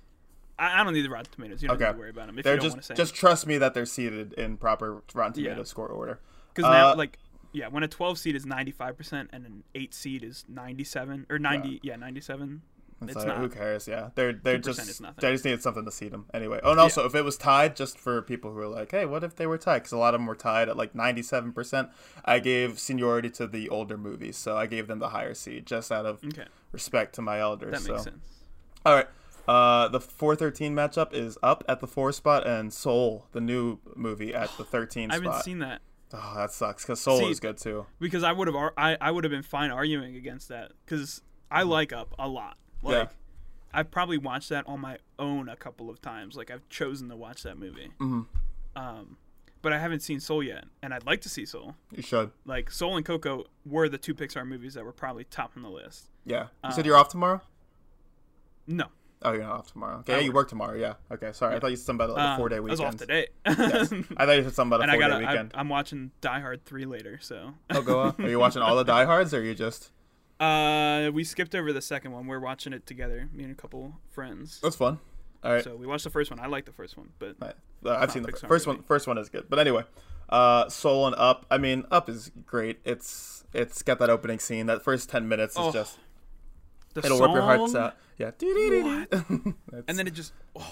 I, I don't need the Rotten Tomatoes. You don't
Okay.
need to worry about them if
They're
you don't want
just
to say
just trust me that they're seated in proper Rotten
Yeah.
Tomato score order.
because now
uh,
like yeah, when a 12 seed is 95 percent and an 8 seed is 97 or 90 yeah 97. It's,
It's, like,
not.
who cares? Yeah, they're they're
2%
just
is nothing.
they just needed something to seed them anyway. Oh, and also if it was tied, just for people who are like, hey, what if they were tied? Because a lot of them were tied at like ninety seven percent. I gave seniority to the older movies, so I gave them the higher seed just out of
Okay,
respect to my elders.
that
so.
makes sense.
All right. Uh, the 413 matchup is up at the four spot, and Soul, the new movie, at the 13
I haven't
spot.
seen that
oh, that sucks because Soul
See-
is good too.
because I would have ar- I, I would have been fine arguing against that because
Mm-hmm.
I like Up a lot. Like I've probably watched that on my own a couple of times. Like I've chosen to watch that movie.
Mm-hmm.
Um, but I haven't seen Soul yet, and I'd like to see Soul.
You should.
Like Soul and Coco were the two Pixar movies that were probably top on the list.
Yeah. You
Uh,
said you're off tomorrow.
No,
Oh, you're not off tomorrow. Okay, yeah, you work tomorrow. Yeah. Okay. Sorry, I thought you said something about like, a
um,
four day
I was
weekend.
off today, *laughs*
I thought you said something about
and
a
I
four
got
day
I,
weekend.
I'm watching Die Hard three later. So
oh, go on. Are you watching all the diehards, or are you just?
*laughs* uh, we skipped over the second one. We're watching it together, me and a couple friends.
That's fun. All right.
So we watched the first one. I like the first one, but
All right. Uh, I've seen the
Pixar
fir- first
movie.
one. First one is good, but anyway, uh, Soul and Up. I mean, Up is great. It's it's got that opening scene. That first ten minutes is
Oh,
just
the
it'll rip your hearts out. Yeah. *laughs*
And then it just oh,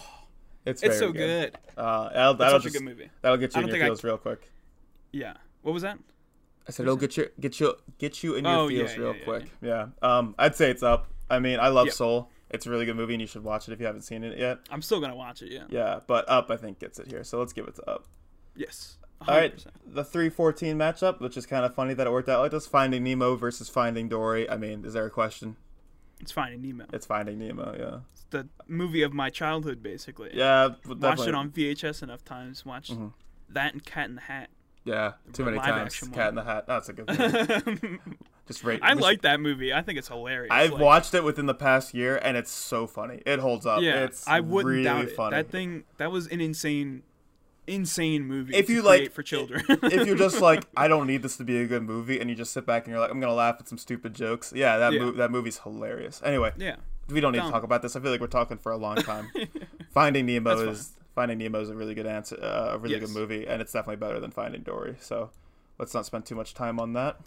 it's
it's
very
so good.
Uh, that'll,
That's
that'll
such
just
a good movie.
that'll get you
I
in
don't
your
think I-
feels real quick.
Yeah. What was that?
I said it'll get you get you get you in your
Oh, yeah,
feels real
yeah, yeah,
quick. Yeah. Um I'd say it's up. I mean, I love
Yep.
Soul. It's a really good movie and you should watch it if you haven't seen it yet.
I'm still gonna watch it. Yeah.
Yeah, but Up I think gets it here. So let's give it to Up.
Yes.
All right.
100%.
The 314 matchup, which is kind of funny that it worked out like this, Finding Nemo versus Finding Dory. I mean, is there a question?
It's Finding Nemo.
It's Finding Nemo, yeah.
It's the movie of my childhood, basically.
Yeah,
Watched
definitely. Mm-hmm.
it on VHS enough times. Watched that and Cat in
*laughs*
the Hat. *laughs*
yeah, too many
live
times.
action
Cat in the Hat. That's a good
*laughs*
movie. Just rate.
I
we should-
like that movie. I think it's hilarious.
I've
Like,
watched it within the past year, and it's so funny. It holds up.
Yeah,
it's
I wouldn't
really
doubt it.
funny.
That thing. That was an insane, insane movie.
If
to
you, like-
create for children,
if you're
*laughs*
just like, I don't need this to be a good movie, and you just sit back and you're like, I'm gonna laugh at some stupid jokes. Yeah, that
Yeah.
Mo- that movie's hilarious. Anyway,
yeah,
we don't need to
Dumb.
talk about this. I feel like we're talking for a long
*laughs*
time. Finding Nemo
That's
is Finding Nemo is a really good answer, uh, a really
Yes.
good movie, and it's definitely better than Finding Dory. So let's not spend too much time on that.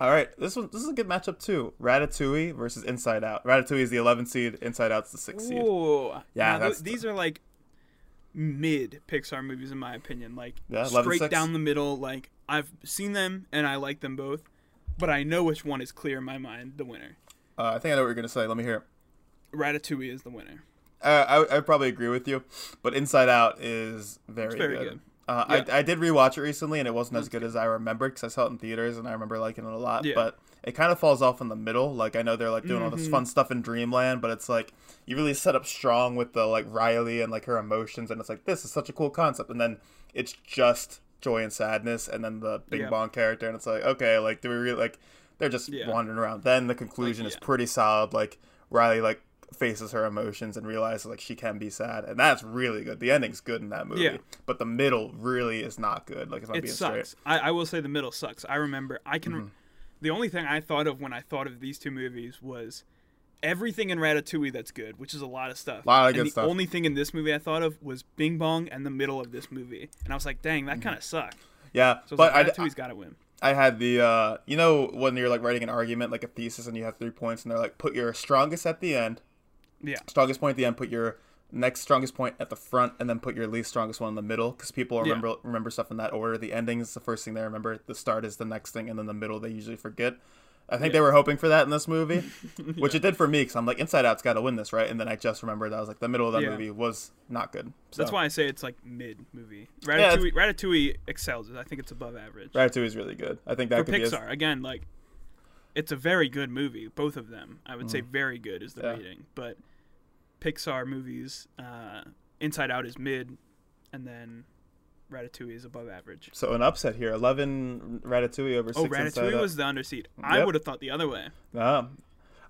All right, this one this is a good matchup too. Ratatouille versus Inside Out. Ratatouille is the 11 seed. Inside Out's the 6 seed.
Ooh.
Yeah,
Now,
that's the-
these are like mid Pixar movies in my opinion. Like
Yeah, 11,
straight
six.
down the middle. Like I've seen them and I like them both, but I know which one is clear in my mind the winner.
Uh, I think I know what you're gonna say. Let me hear. it.
Ratatouille is the winner.
Uh, I I probably agree with you, but Inside Out is very,
very
good.
good.
Uh,
Yeah.
I I did rewatch it recently, and it wasn't as good as I remembered because I saw it in theaters, and I remember liking it a lot.
Yeah.
But it kind of falls off in the middle. Like I know they're like doing all this
Mm-hmm.
fun stuff in Dreamland, but it's like you really set up strong with the like Riley and like her emotions, and it's like this is such a cool concept, and then it's just joy and sadness, and then the Bing
Yeah.
Bong character, and it's like okay, like do we really like they're just
Yeah.
wandering around. Then the conclusion is
yeah.
pretty solid. Like Riley like faces her emotions and realizes like she can be sad, and that's really good. The ending's good in that movie,
Yeah.
but the middle really is not good. Like it's not
It
being
sucks.
straight. Mm-hmm.
I, I will say the middle sucks. I remember I can. The only thing I thought of when I thought of these two movies was everything in Ratatouille that's good, which is a lot of stuff.
Lot of
and
good
the
stuff.
only thing in this movie I thought of was Bing Bong and the middle of this movie, and I was like, dang, that kind of sucked.
Yeah, Mm-hmm.
So I was
but
like,
I,
Ratatouille's got to win.
I had the uh, you know when you're like writing an argument like a thesis and you have three points and they're like put your strongest at the end,
Yeah.
strongest point at the end, put your next strongest point at the front, and then put your least strongest one in the middle because people
Yeah.
remember remember stuff in that order. The ending is the first thing they remember. The start is the next thing, and then the middle they usually forget. I think they were hoping for that in this
*laughs*
movie, which it did for me because I'm like Inside Out's got to win this, right? And then I just remembered I was like the middle of that
Yeah.
movie was not good. So
That's why I say it's like mid movie.
that's-
Ratatouille, Ratatouille excels. I think it's above average.
Ratatouille is really good. I think that
For
could be.
Pixar, again, like it's a very good movie. Both of them, I would say, very good is the
Mm. Yeah.
rating. But Pixar movies, uh, Inside Out is mid, and then Ratatouille is above average.
A, so an upset here, eleven Ratatouille over
Oh,
six Inside
Ratatouille
Out.
was the underseed. I
Yep.
would have thought the other way.
Ah. All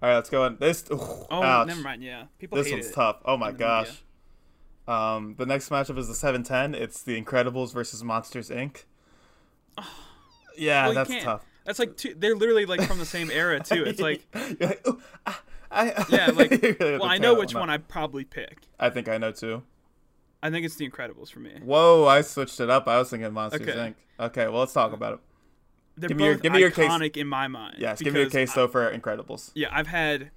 right, let's go on. This. ooh,
Oh,
ouch.
never mind. Yeah, people
This
hated
one's
it.
tough. Oh my
in the movie,
gosh. Um, the next matchup is the seven ten. It's the Incredibles versus Monsters Inc. yeah,
Well, you
that's
can't.
tough.
That's like two. They're literally like from the same era too. It's like
*laughs* You're like, "Ooh, ah, I,
yeah, like
*laughs* You really have
well,
to
I
tear
know
that
which
out.
one I probably pick.
I think I know too.
I think it's The Incredibles for me.
Whoa, I switched it up. I was thinking Monsters
Okay. Uh,
Inc. Okay, well let's talk about it.
They're
Give me
both
your- give me your case.
iconic in my mind.
Yes, give me a
because
case though for Incredibles.
yeah, I've had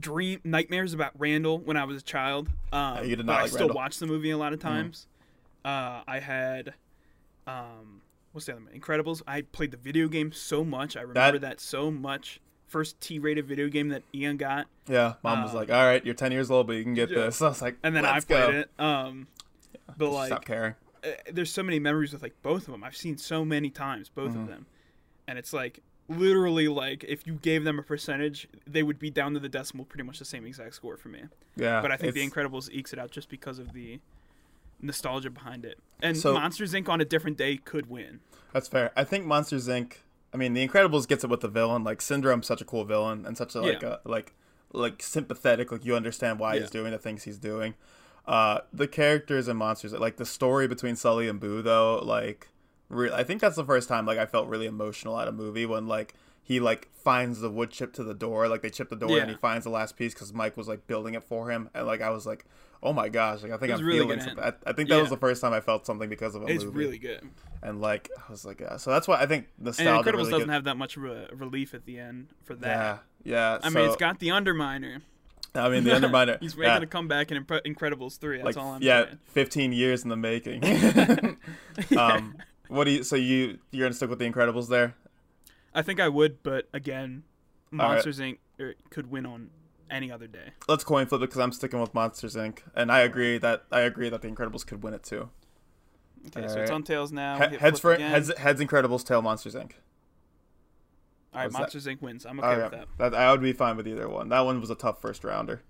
dream nightmares about Randall when I was a child. Um,
you did
but
not
I
like
still
Randall. Mm-hmm.
watch the movie a lot of times. Uh, I had, um, what's the other one? Incredibles. I played the video game so much. I remember that, so much. First T-rated video game that Ian got,
Yeah, mom was
Um,
like, "All right, you're 10 years old, but you can get
yeah.
this." *laughs* I was like,
and then
let's
I played
go.
it. Um, but like,
Stop caring.
uh, there's so many memories with like both of them. I've seen so many times both
Mm-hmm.
of them, and it's like literally like if you gave them a percentage, they would be down to the decimal, pretty much the same exact score for me.
Yeah,
But I think The
Uh, it's-
Incredibles ekes it out just because of the nostalgia behind it. And
So-
Monsters Inc. on a different day could win.
That's fair. I think Monsters Inc. I mean, The Incredibles gets it with the villain. Like Syndrome's such a cool villain and such a like
Yeah.
a like like sympathetic. Like you understand why
Yeah.
he's doing the things he's doing. Uh, the characters and monsters, like the story between Sully and Boo, though, like re- I think that's the first time like I felt really emotional at a movie when like he like finds the wood chip to the door, like they chip the door and
Yeah.
he finds the last piece because Mike was like building it for him, and like I was like, oh my gosh, like I think
was
I'm
really
feeling
good
something. I,
end.
I think that was
Yeah.
the first time I felt something because of a
It's
movie
really good.
and like I was like, yeah. so that's why I think
And
nostalgia
Incredibles
really
doesn't
good-
have that much of a relief at the end for that.
yeah, yeah.
I mean, it's got the Underminer.
I mean, the Underminer.
*laughs* He's making
yeah,
a comeback in Impre- Incredibles 3. That's
like
all I'm
yeah,
*laughs* saying.
fifteen years in the
*laughs*
making. *laughs* um, what do you? So you you're gonna stick with the Incredibles there?
I think I would, but again,
right.
Monsters Inc. er, could win on any other day.
Let's coin flip it because I'm sticking with Monsters Inc. And I agree that I agree that the Incredibles could win it too.
Okay,
All
so it's
right.
on tails now.
He-
Hit
heads for
flip again.
heads heads Incredibles tail Monsters Inc.
All right,
was that?
Monsters Inc. wins. I'm okay
All
with
right,
that.
that I would be fine with either one. That one was a tough first rounder.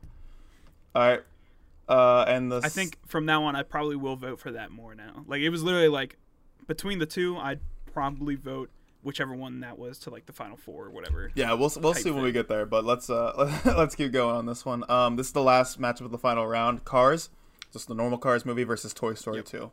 All right, uh, and the
I think from now on, I probably will vote for that more now. Like it was literally like between the two, I'd probably vote whichever one that was to like the final four or whatever.
Yeah, we'll we'll see when we get there, but let's uh *laughs* let's keep going on this one. Um, this is the last matchup of the final round. Cars, just the normal Cars movie versus Toy Story Two.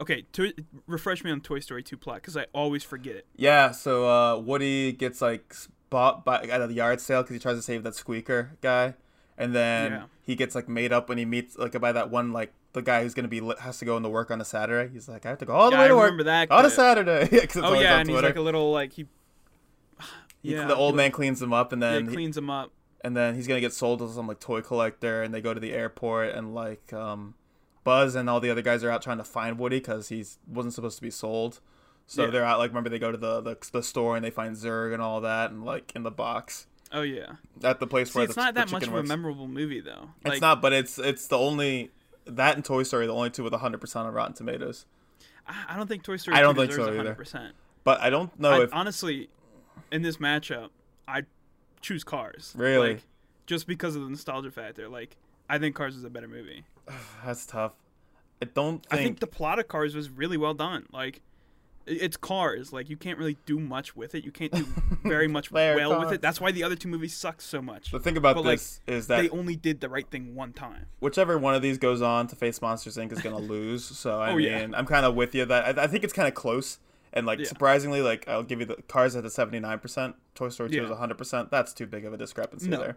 Okay, to refresh me on Toy Story two plot because I always forget it.
Yeah, so uh, Woody gets like bought by at a yard sale because he tries to save that squeaker guy, and then
Yeah.
he gets like made up when he meets like by that one like the guy who's gonna be li- has to go into work on a Saturday. He's like, I have to go all the
Yeah,
way
I
to work
remember that
on a
clip.
Saturday. *laughs* yeah, 'cause it's
Oh
always
yeah,
on
and he's
Twitter.
like a little like he.
He-
*sighs* Yeah,
the old
he,
man cleans him up, and
yeah,
then he-
cleans him up.
and then he's gonna get sold to some like toy collector and they go to the airport and like um buzz and all the other guys are out trying to find woody because he's wasn't supposed to be sold so
Yeah.
they're out like remember they go to the, the the store and they find zerg and all that and like in the box
Oh yeah.
at the place
See,
where
it's
the,
not
the
that much
chicken
of a
works.
memorable movie though.
it's
like,
not but it's it's the only that and toy story are the only two with 100% on rotten tomatoes
I I don't think Toy Story.
I don't
2
think so
deserves
either.
100%.
but i don't know
I-
if
honestly, in this matchup, I choose Cars.
Really?
Like, just because of the nostalgia factor. Like, I think Cars is a better movie.
that's tough i don't
I
think,
think the plot of Cars was really well done. Like, i- it's Cars. Like, you can't really do much with it. You
*laughs*
can't do very much
They're
well with
Cars.
it. That's why the other two movies suck so much.
the thing about
but, like,
this is that
They only did the right thing one time.
whichever one of these goes on to face Monsters Inc.
*laughs*
is gonna lose. So I
Oh,
mean,
yeah.
I'm kind of with you that I, I think it's kind of close. And like
Yeah.
surprisingly, like I'll give you the Cars at the 79%, Toy Story 2 is
Yeah.
100%. That's too big of a discrepancy
No.
there.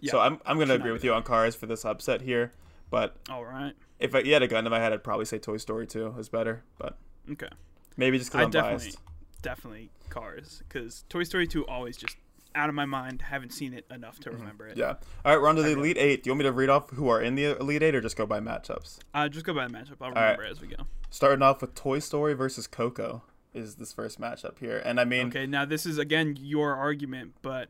Yeah.
So I'm I'm gonna
Should not
agree
be
with you on Cars for this upset here. But
All right.
if I, you had a gun to my head, I'd probably say Toy Story 2 is better. But
Okay.
maybe just because
I
I'm
definitely.
biased.
definitely Cars because Toy Story 2 always just out of my mind. Haven't seen it enough to remember it.
Mm-hmm. Yeah. All right, we're on to the Elite Eight. Do you want me to read off who are in the Elite Eight or just go by matchups?
Uh, just go by the matchup. I'll remember it as we go.
Starting off with Toy Story versus Coco is this first matchup here. And I mean,
Okay, now this is again your argument, but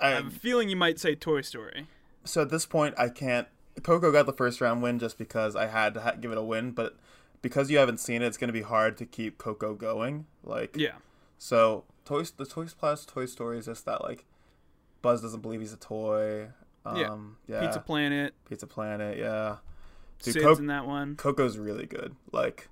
I
I,
have a feeling you might say Toy Story.
so at this point, I can't. Coco got the first round win just because I had to ha- give it a win, but because you haven't seen it, it's going to be hard to keep Coco going. Like,
Yeah.
So Toy the Toy Plus Toy Story is just that like Buzz doesn't believe he's a toy.
Yeah.
Um, yeah.
Pizza Planet,
Pizza Planet. Yeah. Dude,
Sid's
Coke-
in that one.
Coco's really good. Like,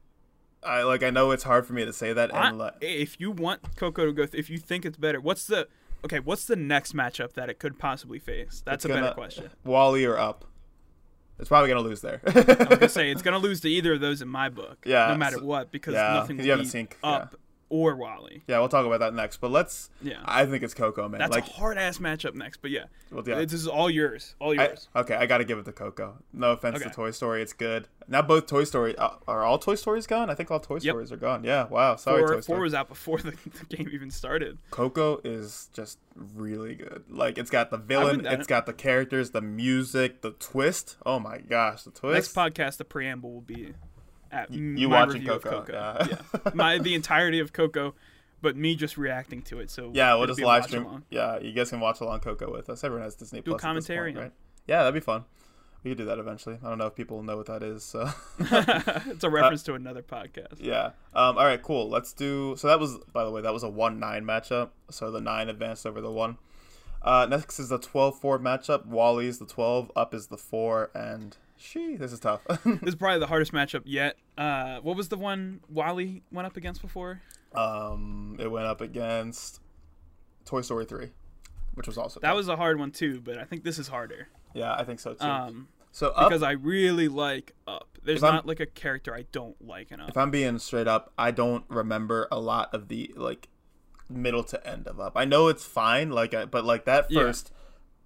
I like I know it's hard for me to say that.
I- eh,
And like,
if you want Coco to go, th- if you think it's better, what's the okay? What's the next matchup that it could possibly face? That's a
*laughs*
better question.
Wally or Up? It's probably gonna lose there.
I'm gonna say it's gonna lose to either of those in my book.
Yeah,
No matter
so-
what, because
yeah,
nothing
'cause
will
you haven't
beat
seen- yeah.
up or Wally.
*laughs* yeah, we'll talk about that next. But let's.
Yeah.
I think it's Coco, man.
That's
like,
a hard ass matchup next, but yeah,
well, yeah.
this is all yours, all
I-
yours.
okay, I gotta give it to Coco. No offense
Okay.
to Toy Story, it's good. Now both Toy Story uh, are all Toy Stories gone. I think all Toy Stories are gone. Yeah, wow. Sorry,
four,
Toy
four
Story.
was out before *laughs* the, the game even started.
Coco is just really good. Like it's got the villain,
doubt
it's
it.
got the characters, the music, the twist. Oh my gosh, the twist.
Next podcast, the preamble will be at
you
my
watching
review of
Coco,
Coco.
yeah. *laughs*
my the entirety of Coco, but me just reacting to it. So
Yeah, we'll
it'll
just
be a
live
watch
stream. *laughs*
along. *laughs*
Yeah, you guys can watch along Coco with us. Everyone has Disney
a
Plus. at this
commentary
point,
on it.
right? Yeah, that'd be fun. We could do that eventually. I don't know if people know what that is. So. *laughs*
it's a reference to another podcast.
Uh, Yeah. Um, all right, cool. Let's do. So that was, by the way, that was a 1 9 matchup. So the 9 advanced over the 1. Uh, next is the 12 4 matchup. Wally's the 12, up is the 4, and she. This is tough. *laughs*
This is probably the hardest matchup yet. Uh, what was the one Wally went up against before?
um, it went up against Toy Story 3, which was also.
That
tough.
was a hard one too, but I think this is harder
Yeah, I think so too.
um,
so up.
because I really like Up. There's
Oh. If I'm-
not like a character I don't like in Up.
If I'm being straight up, I don't remember a lot of the like middle to end of up. I know it's fine, like, I, but like that
Yeah.
first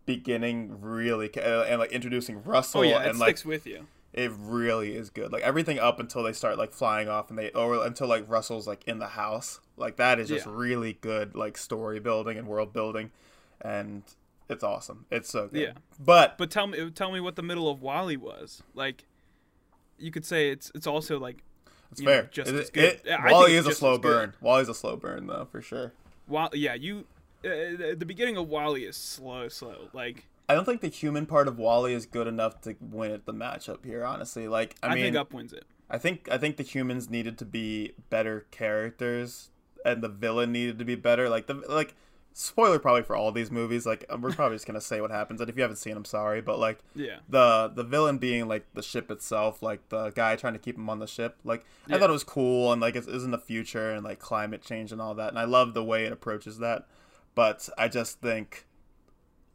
beginning really ca- uh, and like introducing Russell
oh yeah, it
and like
sticks with you.
it really is good. Like everything up until they start like flying off and they or until like Russell's like in the house. Like that is just
Yeah.
really good like story building and world building, and it's awesome. It's so good.
Yeah.
But
But tell me, tell me what the middle of Wally was like. You could say it's it's also like
it's
you know,
fair.
just
It-
as good.
it-
Yeah, I
Wally
think
is a
just
slow
as good.
burn. Wally's a slow burn though for sure.
Wall. Yeah, you. Uh, the beginning of Wally is slow, slow. Like
I don't think the human part of Wally is good enough to win it the matchup here, honestly. Like I,
I,
mean
think Up wins it.
I think I think the humans needed to be better characters and the villain needed to be better. Like the like spoiler probably for all these movies, like we're probably just gonna say what happens and if you haven't seen I'm sorry, but like
Yeah.
the the villain being like the ship itself, like the guy trying to keep him on the ship. Like I
Yeah.
thought it was cool and like it is in the future and like climate change and all that, and I love the way it approaches that. But I just think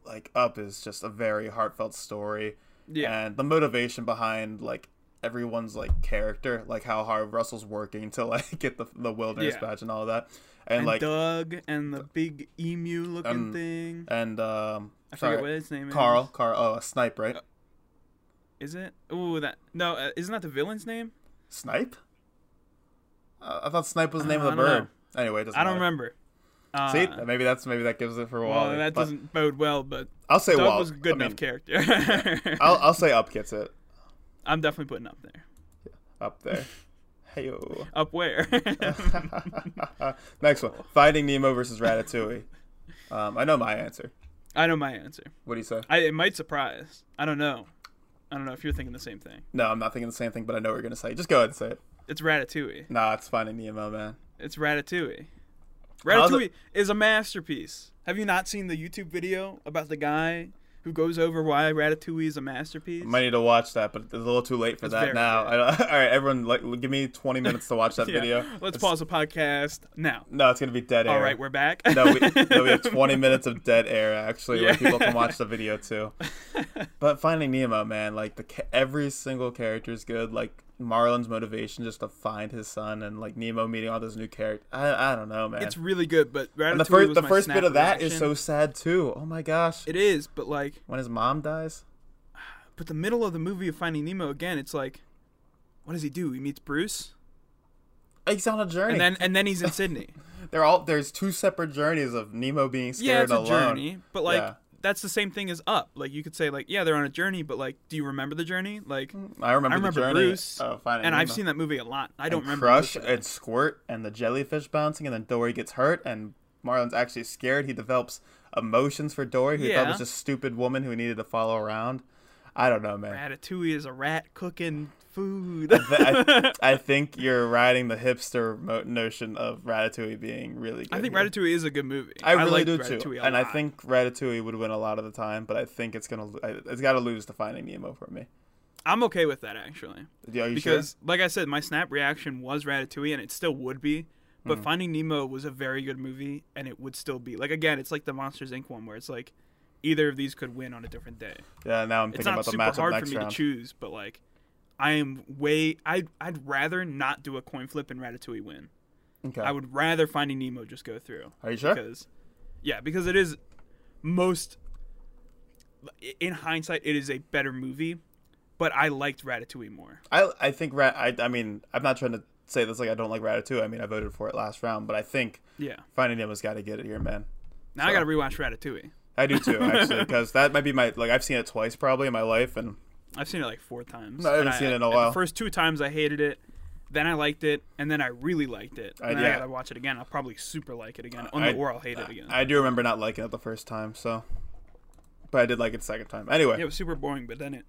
like Up is just a very heartfelt story,
Yeah.
and the motivation behind like everyone's like character, like how hard Russell's working to *laughs* like get the the wilderness
Yeah.
badge and all that,
And,
and, like
Doug and the big emu looking
Um,
thing.
and um
I forget what
sorry
his name
Carl Carl oh Snipe right
is. Is it? Ooh, that no. Uh, isn't that the villain's name?
Snipe? Uh, I thought Snipe was the name
Uh,
of the
I don't
bird. Anyway, it doesn't
I don't
matter.
remember. Uh,
See, maybe that's maybe that gives it for
well,
Wally.
that
but
doesn't bode well, but
I'll say
Doug
Wally.
was a good
I
enough
mean,
*laughs* character.
I'll I'll say Up gets it
I'm definitely putting up there.
up
*laughs*
there. Hey
Up where?
*laughs*
*laughs*
Next one, Finding Nemo versus Ratatouille. Um, I know my answer.
I know my answer.
What do you say?
I, it might surprise. I don't know. I don't know if you're thinking the same thing.
No, I'm not thinking the same thing, but I know what you're gonna say. Just go ahead and say it.
It's Ratatouille.
Nah, it's Finding Nemo, man.
It's Ratatouille.
How the-
Ratatouille is a masterpiece. Have you not seen the YouTube video about the guy who goes over why Ratatouille is a masterpiece?
Might need to watch that, but it's a little too late for that
very
now. *laughs* all right, everyone, like, give me 20 minutes to watch that
*laughs* Yeah.
video.
Let's
It's-
pause the podcast now.
No, it's gonna be dead air.
All right, we're back.
No, we, no,
*laughs*
we have 20 minutes of dead air actually, where
Yeah.
people can watch the video
*laughs*
too. But Finding Nemo, man, like the ca- every single character is good. Like Marlin's motivation just to find his son, and like Nemo meeting all those new characters. I, I don't know, man.
It's really good, but Ratatouille
and the first
was
the
my
first
snap
bit of that is
reaction.
so sad too. Oh my gosh,
It is, but like,
when his mom dies.
but the middle of the movie of Finding Nemo again, it's like, what does he do? He meets Bruce.
He's on a journey.
and then and then he's in Sydney.
They're all there's two separate journeys of Nemo being scared
yeah, it's
and
a
alone.
journey, but like
Yeah.
that's the same thing as Up. Like you could say like yeah, they're on a journey, but like do you remember the journey? Like
I remember,
I remember
the journey
Bruce,
of finding
and I've
Nemo.
seen that movie a lot. I don't
And
remember
Crush
most of it.
and Squirt and the jellyfish bouncing, and then Dory gets hurt, and Marlin's actually scared. He develops emotions for Dory, who he thought
Yeah.
was just stupid woman who he needed to follow around. I don't know, man.
Ratatouille is a rat cooking
*laughs*
food.
Th- I, I think you're riding the hipster mo- notion of Ratatouille being really good.
*laughs* I think
here.
Ratatouille is a good movie.
I really
like
do
Ratatouille
too,
a
and I
lot.
think Ratatouille would win a lot of the time, but I think it's gonna lo- I- it's got to lose to Finding Nemo for me.
I'm okay with that actually.
Are you
because like I said, my snap reaction was Ratatouille, and it still would be.
Hmm.
But Finding Nemo was a very good movie, and it would still be. Like again, it's like the Monsters Inc. one, where it's like either of these could win on a different day.
sure? Yeah, now I'm
It's
thinking
not
about the
super
matchup
hard for
next
me
round.
to choose, but like, I am way. I'd I'd rather not do a coin flip and Ratatouille win.
okay.
I would rather Finding Nemo just go through
Are you sure?
because, yeah, because it is most. In hindsight, it is a better movie, but I liked Ratatouille more.
I I think rat. I I mean I'm not trying to say this like I don't like Ratatouille. I mean I voted for it last round, but I think
Yeah.
Finding Nemo's got to get it here, man.
Now I
So-
gotta rewatch Ratatouille.
I do too
*laughs*
actually because that might be my like I've seen it twice probably in my life, and
I've seen it like four times.
No, I haven't
And
seen it in a
and
while.
The first two times I hated it, then I liked it, and then I really liked it.
I-
And then
yeah.
I gotta watch it again. I'll probably super like it again,
I-
or I'll hate it again.
I do remember not liking it the first time, so. But I did like it the second time. Anyway,
it was super boring, but then it,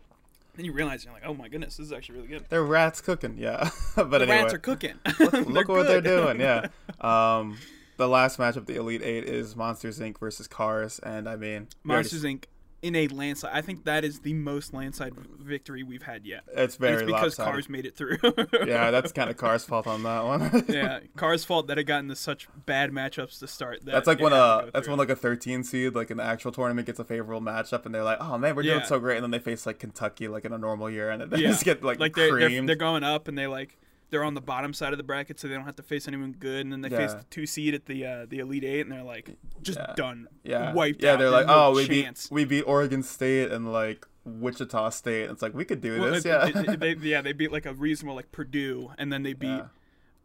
then you realize you're like, oh my goodness, this is actually really good.
they're rats cooking, yeah. *laughs* but
The
anyway,
rats are cooking.
*laughs*
*laughs*
look what they're doing, yeah. Um, the last matchup, the Elite Eight, is Monsters Inc. versus Cars, and I mean, we already-
Monsters Inc. in a landslide. I think that is the most landslide victory we've had yet.
It's
And
very
it's because
lopsided.
Cars made it through.
yeah, that's kind of Cars' fault on that one. *laughs*
*laughs* yeah, Cars' fault that it got into such bad matchups to start. That
That's like
it
when
had to
a
go
that's
through.
when like a 13 seed like in the actual tournament gets a favorable matchup and they're like oh man we're doing
Yeah.
so great and then they face like Kentucky like in a normal year and then they *laughs*
yeah.
just get like,
they're, they're
creamed
they're going up and they like they're on the bottom side of the bracket so they don't have to face anyone good and then they face
Yeah.
the two seed at the uh, the elite eight and they're like just
Yeah.
done
yeah
wiped
yeah
out.
they're
There's
like
no
oh we
chance.
beat we beat Oregon State and like Wichita State it's like we could do
Well,
this
they-
yeah
they,
*laughs*
they- yeah they beat like a reasonable like Purdue and then they beat.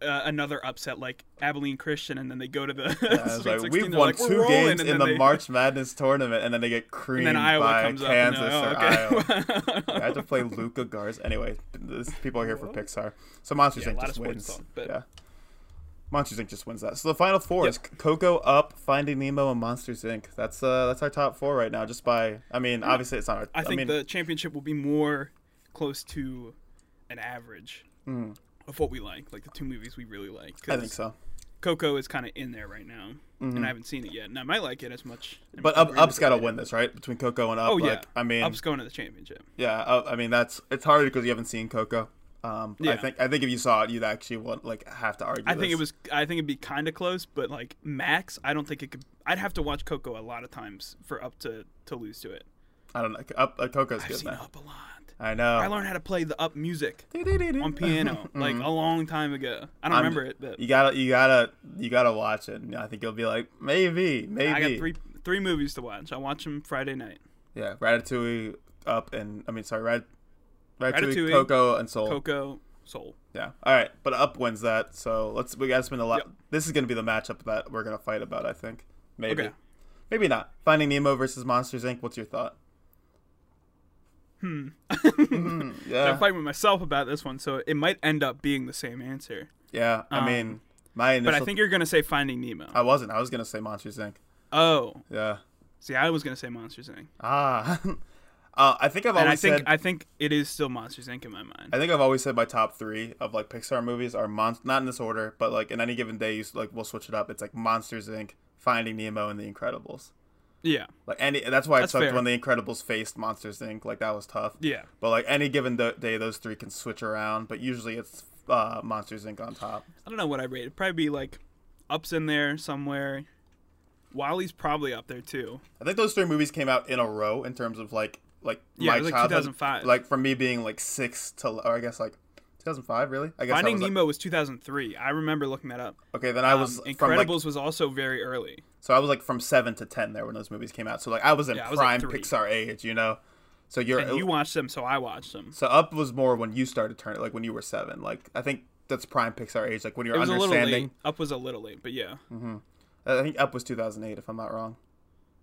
Uh, another upset like Abilene Christian, and then they go to the *laughs*
I was
Sweet
like,
16.
we've
They're
won
like, "We're
two
rolling,"
games
and
in
then
the
they-
March Madness tournament, and then they get creamed
and then Iowa
by
comes
Kansas
up.
or
and they're, "Oh, *laughs*
Iowa.
okay."
I had to play Luca Garza. Anyway, this, people are here for Pixar. So Monsters
Oh.
Inc.
Yeah, a lot
just
of sports
wins.
talk, but-
Yeah. Monsters Inc. just wins that. So the final four is Coco, Up, Finding Nemo, and Monsters Inc. That's uh that's our top four right now. Just by I mean obviously it's not. Our,
I think
mean,
the championship will be more close to an average of what we like, like the two movies we really like.
Mm. I
'cause
think so. Mm-hmm.
Coco is kind of in there right now, and I haven't seen it yet, and I might like it as much.
But Up Up's got to win this right between Coco and Up.
Oh yeah,
like, I mean
Up's going to the championship.
yeah. Up, I mean that's it's hard because you haven't seen Coco. Um, I
Yeah.
think I think if you saw it, you'd actually want like have to argue.
I think it
this.
was. I think it'd be kind of close, but like Max, I don't think it could. I'd have to watch Coco a lot of times for Up to to lose to it.
I don't know. Up uh, Coco's
I've
good
seen
man. Oh.
Up a lot.
I know.
I learned how to play the Up music
*laughs*
on piano like a long time ago. I don't
Mm-hmm. I'm-
remember it, but
You gotta, you gotta, you gotta watch it. And I think you'll be like, maybe, maybe.
I got three three movies to watch. I watch them Friday night.
Yeah, Ratatouille up and I mean, sorry, Rat, Ratatouille,
Ratatouille,
Coco, and Soul.
Coco, Soul.
Yeah. All right, but up wins that. So let's. We gotta spend a lot. This is gonna be the matchup that we're gonna fight about. I think. Maybe.
Okay.
Maybe not. Finding Nemo versus Monsters Inc. What's your thought? *laughs* Hmm. yeah.
I'm fighting with myself about this one, so it might end up being the same answer.
yeah. I
um,
mean, my initial.
But I think you're gonna say Finding Nemo.
I wasn't. I was gonna say Monsters Inc.
Oh,
Yeah.
see, I was gonna say Monsters Inc.
Ah. *laughs* uh, I think I've always
And I think
said.
I think it is still Monsters Inc. in my mind.
I think I've always said my top three of like Pixar movies are mon- not in this order, but like in any given day, you s- like we'll switch it up. It's like Monsters Inc., Finding Nemo, and The Incredibles.
Yeah,
Like any, that's why it
That's
sucked
fair.
when The Incredibles faced Monsters Inc. Like that was tough.
yeah.
But like any given do- day, those three can switch around. But usually it's uh, Monsters Inc. on top.
I don't know what I rate. It'd probably be like ups in there somewhere. Wally's probably up there too.
I think those three movies came out in a row in terms of like like
Yeah,
my
it was, like,
childhood.
2005.
Like from me being like six to or I guess like 2005 really. I guess I
Finding
was, like-
Nemo was 2003. I remember looking that up.
okay, then I
Um,
was
Incredibles
from like
was also very early.
So I was like from seven to ten there when those movies came out. So like I was in
Yeah, I was,
prime
like, three.
Pixar age, you know. So you're
And you watched them, so I watched them.
so up was more when you started turning like when you were seven. Like I think that's prime Pixar age. Like when you're
It was a little late.
understanding.
Up was a little late, but yeah,
hmm I think Up was 2008, if I'm not wrong.